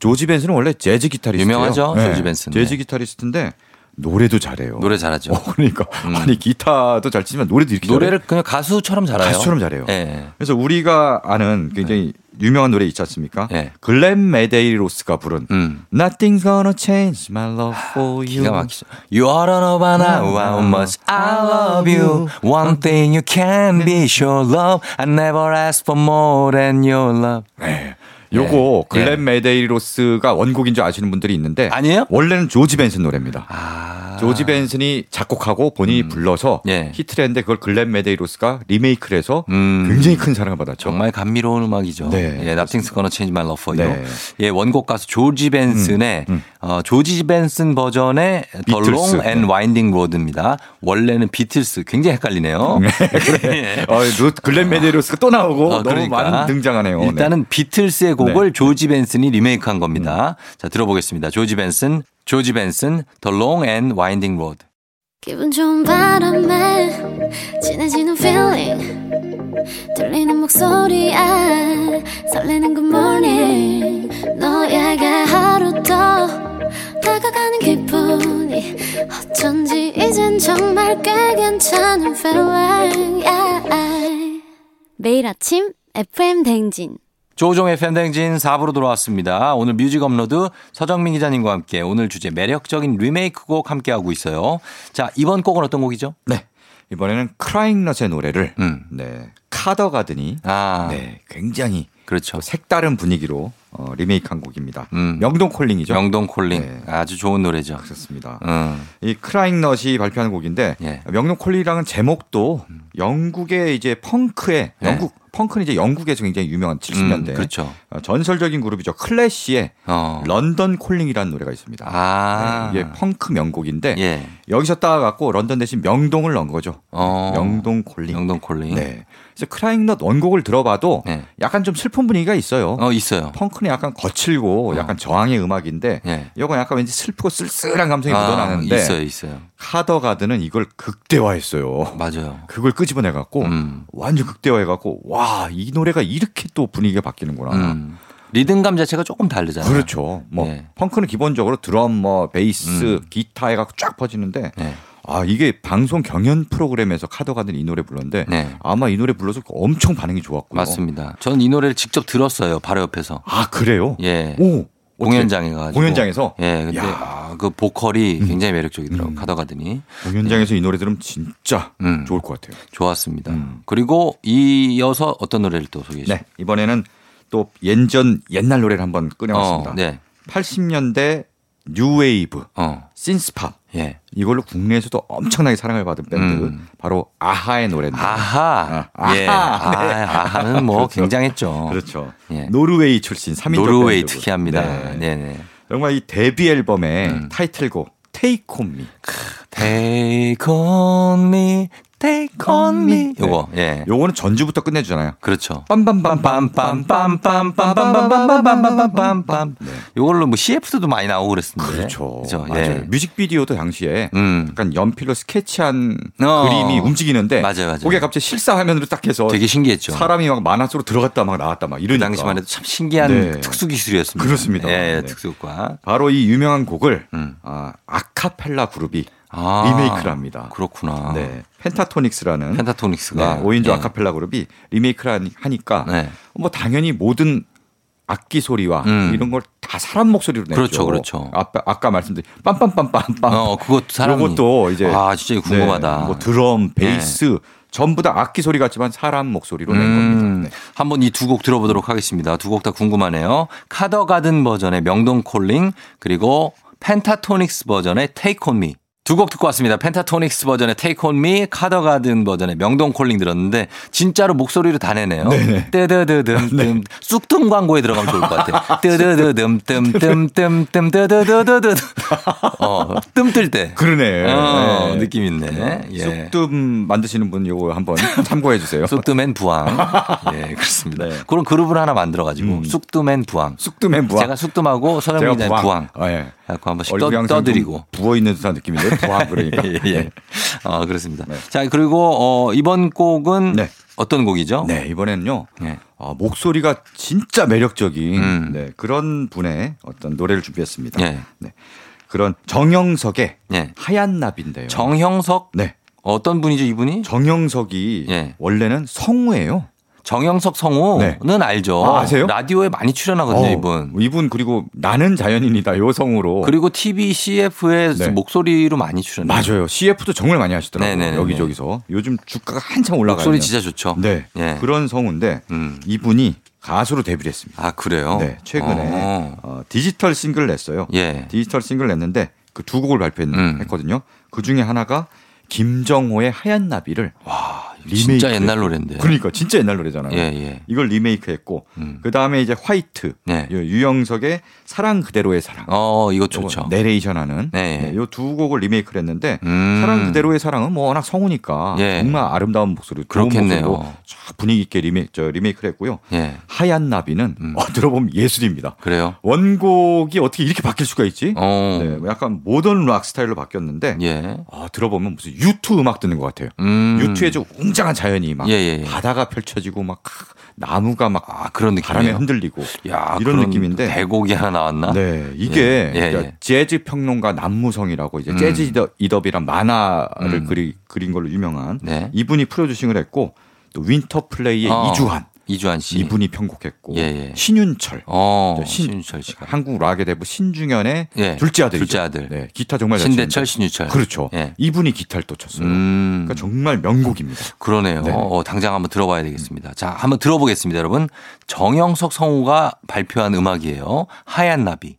[SPEAKER 5] 조지 벤슨은 원래 재즈
[SPEAKER 1] 예.
[SPEAKER 5] 기타리스트
[SPEAKER 1] 유명하죠. 네. 조지 벤슨.
[SPEAKER 5] 재즈 기타리스트인데 노래도 잘해요.
[SPEAKER 1] 노래 잘하죠.
[SPEAKER 5] 어, 그러니까 음. 아니 기타도 잘 치지만 노래도 이렇게
[SPEAKER 1] 노래를 잘해? 그냥 가수처럼 잘해요. 예.
[SPEAKER 5] 가수처럼 잘해요. 네. 그래서 우리가 아는 굉장히 네. 유명한 노래 있지 않습니까? 네. 글렌 메데이로스가 부른 음. Nothing's gonna change my love for you.
[SPEAKER 1] 기가 막히죠. You are an obana,
[SPEAKER 5] 음.
[SPEAKER 1] how much I love you. One thing you can be sure love. I never ask for more than your love.
[SPEAKER 5] 네. 요거 예. 글렌 예. 메데이로스가 원곡인 줄 아시는 분들이 있는데
[SPEAKER 1] 네. 아니에요?
[SPEAKER 5] 원래는 조지 벤슨 노래입니다. 아. 조지 벤슨이 작곡하고 본인이 음. 불러서 예. 히트를 했는데 그걸 글렌 메데이로스가 리메이크를 해서 음. 굉장히 큰 사랑을 받았죠.
[SPEAKER 1] 정말 감미로운 음악이죠. 네. 예, Nothing's Gonna Change My Love For You. 네. 예, 원곡 가수 조지 벤슨의 음. 어, 조지 벤슨 버전의 비틀스. The Long and Winding Road입니다. 원래는 비틀스 굉장히 헷갈리네요.
[SPEAKER 5] 그래. 어, 글렌 메데이로스가 또 나오고 어, 그러니까. 너무 많은 등장하네요.
[SPEAKER 1] 아, 일단은 네. 비틀스의 곡을 네. 조지 벤슨이 리메이크한 겁니다. 음. 자, 들어보겠습니다. 조지 벤슨, 조지 벤슨, The Long and Winding Road.
[SPEAKER 6] 기분 좋은 바람에 진해지는 feeling 들리는 목소리에 설레는 good morning 너에게 하루 더 다가가는 기분이 어쩐지 이젠 정말 꽤 괜찮은 feeling yeah. 매일 아침 FM 댕진
[SPEAKER 1] 조종의 팬댕진 4부로 돌아왔습니다. 오늘 뮤직 업로드 서정민 기자님과 함께 오늘 주제 매력적인 리메이크 곡 함께하고 있어요. 자, 이번 곡은 어떤 곡이죠?
[SPEAKER 5] 네. 이번에는 크라잉넛의 노래를 음. 네. 카더가든이 아. 네. 굉장히
[SPEAKER 1] 그렇죠.
[SPEAKER 5] 색다른 분위기로 어, 리메이크한 곡입니다. 음. 명동 콜링이죠.
[SPEAKER 1] 명동 콜링. 네. 아주 좋은 노래죠.
[SPEAKER 5] 그렇습니다. 음. 이 크라잉넛이 발표한 곡인데 예. 명동 콜링이라는 제목도 영국의 이제 펑크의 예. 영국 펑크는 이제 영국에서 굉장히 유명한 70년대 음,
[SPEAKER 1] 그렇죠.
[SPEAKER 5] 전설적인 그룹이죠. 클래시의 어. 런던 콜링이라는 노래가 있습니다.
[SPEAKER 1] 아.
[SPEAKER 5] 네, 이게 펑크 명곡인데 예. 여기서 따갖고 런던 대신 명동을 넣은 거죠. 어. 명동 콜링.
[SPEAKER 1] 명동 콜링. 예.
[SPEAKER 5] 네. 그래서 크라잉넛 원곡을 들어봐도 네. 약간 좀 슬픈 분위기가 있어요.
[SPEAKER 1] 어, 있어요.
[SPEAKER 5] 펑크는 약간 거칠고 어. 약간 저항의 음악인데 네. 이건 약간 왠지 슬프고 쓸쓸한 감성이 아, 묻어나는데
[SPEAKER 1] 예. 있어요, 있어요.
[SPEAKER 5] 카더가드는 이걸 극대화했어요.
[SPEAKER 1] 맞아요.
[SPEAKER 5] 그걸 끄집어내 갖고 음. 완전 극대화해 갖고 와, 이 노래가 이렇게 또 분위기가 바뀌는구나. 음.
[SPEAKER 1] 리듬감 자체가 조금 다르잖아요. 예.
[SPEAKER 5] 그렇죠. 뭐 네. 펑크는 기본적으로 드럼, 뭐 베이스, 음. 기타 해갖고 쫙 퍼지는데
[SPEAKER 1] 예.
[SPEAKER 5] 네. 아 이게 방송 경연 프로그램에서 카더가든 이 노래 불렀는데 네. 아마 이 노래 불러서 엄청 반응이 좋았고요.
[SPEAKER 1] 예. 맞습니다. 저는 이 노래를 직접 들었어요. 바로 옆에서.
[SPEAKER 5] 아 그래요?
[SPEAKER 1] 예. 오. 공연장에 가
[SPEAKER 5] 공연장에서
[SPEAKER 1] 예 근데 야. 그 보컬이 굉장히 매력적이더라고 음. 가다가더니
[SPEAKER 5] 공연장에서 예. 이 노래 들으면 진짜 음. 좋을 것 같아요.
[SPEAKER 1] 좋았습니다. 음. 그리고 이어서 어떤 노래를 또 소개해 주시죠? 네
[SPEAKER 5] 이번에는 또 예전 옛날 노래를 한번 꺼내봤습니다. 어, 네. 80년대 뉴웨이브, 어. 신스팝 예. 이걸로 국내에서도 엄청나게 사랑을 받은 밴드 음. 바로 아하의 노래입니다.
[SPEAKER 1] 아하, 아, 예. 아하, 네. 아, 는뭐 그렇죠. 굉장했죠.
[SPEAKER 5] 그렇죠. 예. 노르웨이 출신 3인조
[SPEAKER 1] 노르웨이 밴드고. 특이합니다. 네.
[SPEAKER 5] 네네. 정말 이 데뷔 앨범의 음. 타이틀곡 Take On Me.
[SPEAKER 1] Take On Me, Take on me. 요거. 예.
[SPEAKER 5] 요거는 전주부터 끝내주잖아요.
[SPEAKER 1] 그렇죠.
[SPEAKER 5] 빰빰빰빰빰빰빰빰빰빰빰빰빰빰빰빰빰.
[SPEAKER 1] 네. 요걸로 뭐 CF도 많이 나오고 그랬습니다.
[SPEAKER 5] 그렇죠. 그렇죠. 맞아요. 예. 뮤직비디오도 당시에 음. 약간 연필로 스케치한 어. 그림이 움직이는데
[SPEAKER 1] 맞아요, 맞아요.
[SPEAKER 5] 그게 갑자기 실사 화면으로 딱 해서
[SPEAKER 1] 되게 신기했죠.
[SPEAKER 5] 사람이 막 만화 속으로 들어갔다 막 나왔다 막 이러니까.
[SPEAKER 1] 그 당시만 해도 참 신기한 네. 특수 기술이었습니다.
[SPEAKER 5] 그렇습니다.
[SPEAKER 1] 예, 네. 특수과.
[SPEAKER 5] 바로 이 유명한 곡을 음. 아, 아카펠라 그룹이 아, 리메이크를 합니다.
[SPEAKER 1] 그렇구나.
[SPEAKER 5] 네. 펜타토닉스라는
[SPEAKER 1] 펜타토닉스가 네,
[SPEAKER 5] 5인조 예. 아카펠라 그룹이 리메이크를 하니까 네. 뭐 당연히 모든 악기 소리와 음. 이런 걸 다 사람 목소리로 냈죠.
[SPEAKER 1] 그렇죠, 그렇죠.
[SPEAKER 5] 아까, 아까 말씀드린 빰빰빰빰빰. 어,
[SPEAKER 1] 그것도 사람.
[SPEAKER 5] 이것도 이제
[SPEAKER 1] 아 진짜 궁금하다. 네.
[SPEAKER 5] 네, 뭐 드럼, 베이스 전부 다 악기 소리 같지만 사람 목소리로 낸 음. 겁니다.
[SPEAKER 1] 한번 이 두 곡 들어보도록 하겠습니다. 두 곡 다 궁금하네요. 카더가든 버전의 명동 콜링 그리고 펜타토닉스 버전의 테이크 온 미. 두 곡 듣고 왔습니다. 펜타토닉스 버전의 Take On Me, 카더가든 버전의 명동 콜링 들었는데 진짜로 목소리를 다 내네요. 뜨드드듬
[SPEAKER 5] 네.
[SPEAKER 1] 뜸 쑥뜸 광고에 들어가면 좋을 것 같아요. 뜨드드듬 뜸뜸뜸뜸 뜨드드드드 어, 뜸뜰 때.
[SPEAKER 5] 그러네.
[SPEAKER 1] 어, 네. 느낌 있네.
[SPEAKER 5] 예. 쑥뜸 만드시는 분 요거 한번 참고해 주세요.
[SPEAKER 1] 쑥뜸엔 부항. 예, 그렇습니다. 네. 그런 그룹을 하나 만들어 가지고 음. 쑥뜸엔 부항.
[SPEAKER 5] 쑥뜸엔 부항.
[SPEAKER 1] 제가 쑥뜸하고 서영 기자 부항. 부항. 아, 예. 갖고 한 번씩 떠, 떠드리고
[SPEAKER 5] 부어 있는 듯한 느낌인데 부항 그러니까.
[SPEAKER 1] 예, 예. 아, 그렇습니다. 네. 자, 그리고 어 이번 곡은 네. 어떤 곡이죠?
[SPEAKER 5] 네, 이번에는요.
[SPEAKER 1] 예.
[SPEAKER 5] 네. 어, 목소리가 진짜 매력적인 음. 네, 그런 분의 어떤 노래를 준비했습니다.
[SPEAKER 1] 예.
[SPEAKER 5] 네. 그런 정영석의 하얀 나비인데요.
[SPEAKER 1] 네. 정형석?
[SPEAKER 5] 네.
[SPEAKER 1] 어떤 분이죠, 이분이?
[SPEAKER 5] 정영석이
[SPEAKER 1] 예.
[SPEAKER 5] 원래는 성우예요.
[SPEAKER 1] 정영석 성우는 네. 알죠.
[SPEAKER 5] 아, 세요 네.
[SPEAKER 1] 라디오에 많이 출연하거든요, 어, 이분.
[SPEAKER 5] 이분 그리고 나는 자연인이다 요 성우로.
[SPEAKER 1] 그리고 TV CF에 네. 목소리로 많이 출연해요.
[SPEAKER 5] 맞아요. CF도 정말 많이 하시더라고요. 네네네. 여기저기서. 요즘 주가가 한참 올라가요.
[SPEAKER 1] 목소리 진짜 좋죠. 예.
[SPEAKER 5] 네. 네. 그런 성우인데 음. 이분이 가수로 데뷔를 했습니다.
[SPEAKER 1] 아, 그래요?
[SPEAKER 5] 네. 최근에 어. 어, 디지털 싱글 냈어요.
[SPEAKER 1] 예.
[SPEAKER 5] 디지털 싱글 냈는데 그 두 곡을 발표했거든요. 음. 그 중에 하나가 김정호의 하얀 나비를
[SPEAKER 1] 와 아, 리메이크 진짜 옛날 노래인데
[SPEAKER 5] 그러니까 진짜 옛날 노래잖아요.
[SPEAKER 1] 예, 예.
[SPEAKER 5] 이걸 리메이크했고 음. 그 다음에 이제 화이트 네. 유영석의 사랑 그대로의 사랑.
[SPEAKER 1] 어 이거 좋죠. 예.
[SPEAKER 5] 내레이션하는 네. 네, 이두 곡을 리메이크했는데 음. 사랑 그대로의 사랑은 뭐 워낙 성우니까 예. 정말 아름다운 목소리, 좋은 목소리로 분위기 있게 리메, 저, 리메이크를 했고요.
[SPEAKER 1] 예.
[SPEAKER 5] 하얀 나비는 음. 어, 들어보면 예술입니다.
[SPEAKER 1] 그래요.
[SPEAKER 5] 원곡이 어떻게 이렇게 바뀔 수가 있지? 뭐
[SPEAKER 1] 어.
[SPEAKER 5] 네. 약간 모던 락 스타일로 바뀌었는데
[SPEAKER 1] 예.
[SPEAKER 5] 어, 들어보면 무슨 유투 음악 듣는 것 같아요. 음. 유투의 좀 웅장한 자연이 막
[SPEAKER 1] 예, 예, 예.
[SPEAKER 5] 바다가 펼쳐지고 막 나무가 막
[SPEAKER 1] 아, 그런 느낌
[SPEAKER 5] 바람에 흔들리고
[SPEAKER 1] 야,
[SPEAKER 5] 이런 느낌인데
[SPEAKER 1] 대곡이 하나 나왔나?
[SPEAKER 5] 네
[SPEAKER 1] 예,
[SPEAKER 5] 이게 그러니까 재즈 평론가 남무성이라고 이제 음. 재즈 이덥이란 만화를 음. 그리, 그린 걸로 유명한
[SPEAKER 1] 네.
[SPEAKER 5] 이분이 프로듀싱을 했고 또 윈터 플레이의 어. 이주환
[SPEAKER 1] 이주환 씨
[SPEAKER 5] 이분이 편곡했고
[SPEAKER 1] 예, 예.
[SPEAKER 5] 신윤철
[SPEAKER 1] 어, 신, 윤철 씨가
[SPEAKER 5] 한국 락의 대부 신중현의 예. 둘째 아들이죠.
[SPEAKER 1] 둘째 아들.
[SPEAKER 5] 네, 기타 정말 잘
[SPEAKER 1] 신대철 예. 신윤철.
[SPEAKER 5] 그렇죠. 이분이 기타를 또 쳤어요. 음. 그러니까 정말 명곡입니다.
[SPEAKER 1] 그러네요. 네. 어, 당장 한번 들어봐야 되겠습니다. 자, 한번 들어보겠습니다, 여러분. 정영석 성우가 발표한 음악이에요. 하얀 나비.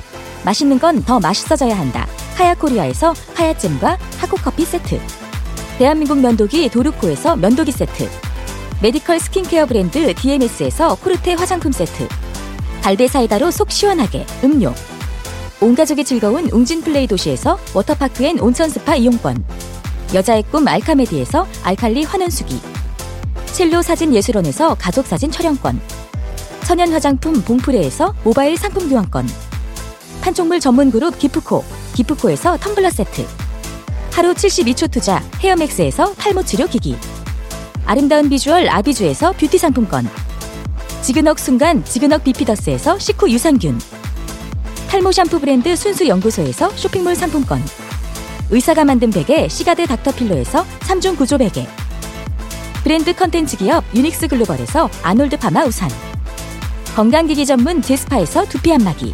[SPEAKER 7] 맛있는 건 더 맛있어져야 한다. 하야코리아에서 하야잼과 하코커피 세트. 대한민국 면도기 도르코에서 면도기 세트. 메디컬 스킨케어 브랜드 DMS에서 코르테 화장품 세트. 갈베사이다로 속 시원하게 음료. 온 가족이 즐거운 웅진플레이 도시에서 워터파크 엔 온천스파 이용권. 여자의 꿈 알카메디에서 알칼리 환원수기. 첼로 사진 예술원에서 가족사진 촬영권. 천연 화장품 봉프레에서 모바일 상품 교환권. 판촉물 전문 그룹 기프코, 기프코에서 텀블러 세트. 하루 72초 투자 헤어맥스에서 탈모 치료 기기. 아름다운 비주얼 아비주에서 뷰티 상품권. 지그넉 순간 지그넉 비피더스에서 시코 유산균. 탈모 샴푸 브랜드 순수 연구소에서 쇼핑몰 상품권. 의사가 만든 베개 시가드 닥터필로에서 3중 구조 베개. 브랜드 컨텐츠 기업 유닉스 글로벌에서 아놀드 파마 우산. 건강기기 전문 제스파에서 두피 안마기.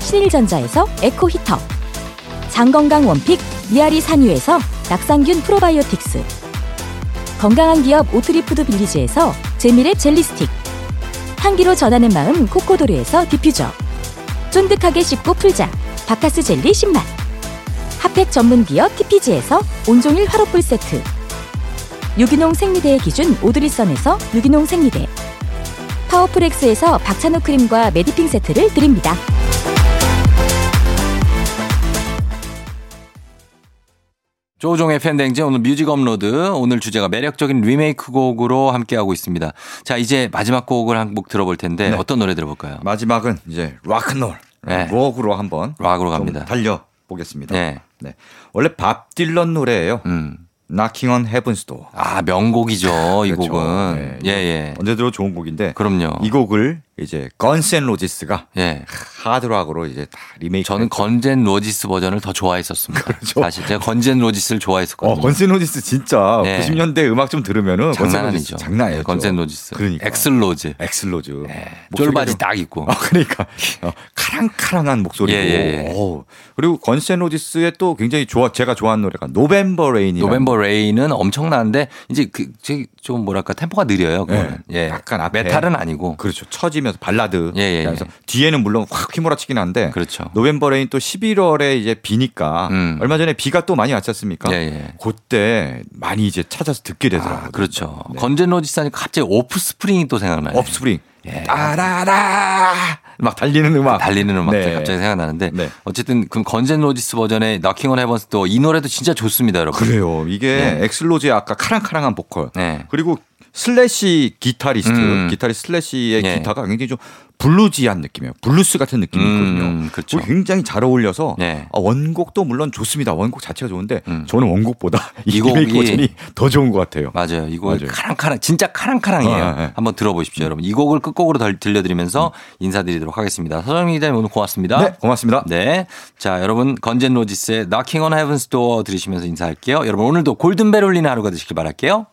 [SPEAKER 7] 신일전자에서 에코 히터 장건강 원픽 미아리 산유에서 낙상균 프로바이오틱스 건강한 기업 오트리푸드 빌리지에서 제미의 젤리스틱 향기로 전하는 마음 코코도르에서 디퓨저 쫀득하게 씹고 풀자 바카스 젤리 10만 핫팩 전문 기업 TPG에서 온종일 화로불 세트 유기농 생리대의 기준 오드리선에서 유기농 생리대 파워풀엑스에서 박찬호 크림과 메디핑 세트를 드립니다.
[SPEAKER 1] 조종의 팬댕진 오늘 뮤직 업로드 오늘 주제가 매력적인 리메이크 곡으로 함께하고 있습니다. 자 이제 마지막 곡을 한 곡 들어볼 텐데 네. 어떤 노래 들어볼까요? 예.
[SPEAKER 5] 마지막은 이제 락큰롤 네. 록으로 한번
[SPEAKER 1] 락으로 갑니다.
[SPEAKER 5] 달려 보겠습니다. 네. 네. 원래 밥 딜런 노래예요. 음. Knocking on Heaven's Door.
[SPEAKER 1] 아 명곡이죠 이 그렇죠.
[SPEAKER 5] 네,
[SPEAKER 1] 곡은. 예예. 예.
[SPEAKER 5] 언제 들어 좋은 곡인데.
[SPEAKER 1] 그럼요.
[SPEAKER 5] 이 곡을 이제 건센 로지스가 그렇죠. 예. 하드락으로 이제 다 리메이크.
[SPEAKER 1] 저는 건젠 로지스 버전을 더 좋아했었습니다. 그렇죠. 사실 제가 건젠 로지스를 좋아했었거든요.
[SPEAKER 5] 어, 건센 로지스 진짜 네. 90년대 음악 좀 들으면은 장난 아니죠. 네, 장난 아니죠.
[SPEAKER 1] 건센 로지스. 그러니까. 엑슬로즈.
[SPEAKER 5] 엑슬로즈. 네.
[SPEAKER 1] 쫄바지 좀... 딱 있고.
[SPEAKER 5] 아, 그러니까 어, 카랑카랑한 목소리고. 예, 예. 그리고 건센 로지스의 또 굉장히 좋아 제가 좋아하는 노래가 노벤버 레인이.
[SPEAKER 1] 노벤버 레인은 엄청나는데 이제 그좀 뭐랄까 템포가 느려요. 그거는. 예.
[SPEAKER 5] 약간 앞에.
[SPEAKER 1] 메탈은 아니고.
[SPEAKER 5] 그렇죠. 처지면서 발라드. 예, 그래서 뒤에는 물론 확 휘몰아치긴 한데
[SPEAKER 1] 그렇죠.
[SPEAKER 5] 노벤버 레인 또 11월에 이제 비니까 음. 얼마 전에 비가 또 많이 왔지 않습니까? 예, 예. 그때 많이 이제 찾아서 듣게 되더라고요. 아,
[SPEAKER 1] 그렇죠. 네. 건젠로지스하니 갑자기 오프스프링이 또 생각나요.
[SPEAKER 5] 오프스프링. 예. 따라라 막 달리는 음악
[SPEAKER 1] 달리는 음악 네. 갑자기 생각나는데 네. 어쨌든 그럼 건젠 로지스 버전의 나킹 온 헤븐스 도이 노래도 진짜 좋습니다 여러분
[SPEAKER 5] 그래요 이게 엑슬로지의 아까 카랑카랑한 보컬 그리고 슬래시 기타리스트, 네. 음. 기타리스트 슬래시의 예. 기타가 굉장히 좀 블루지한 느낌이에요. 블루스 같은 느낌이거든요. 음, 그렇죠. 굉장히 잘 어울려서 예. 원곡도 물론 좋습니다. 원곡 자체가 좋은데 음. 저는 원곡보다 이, 이 곡이 버전이 더 좋은 것 같아요. 예.
[SPEAKER 1] 맞아요. 이 곡이 맞아요. 카랑카랑 진짜 카랑카랑이에요. 아, 네. 한번 들어보십시오, 여러분. 이 곡을 끝곡으로 들려드리면서 인사드리도록 하겠습니다. 서정민 기자님 오늘 고맙습니다.
[SPEAKER 5] 음. 네, 고맙습니다.
[SPEAKER 1] 네, 자 여러분 건젠 로지스의 Knocking on Heaven's Door 들으시면서 인사할게요. 여러분 오늘도 골든벨 울리는 하루가 되시길 바랄게요.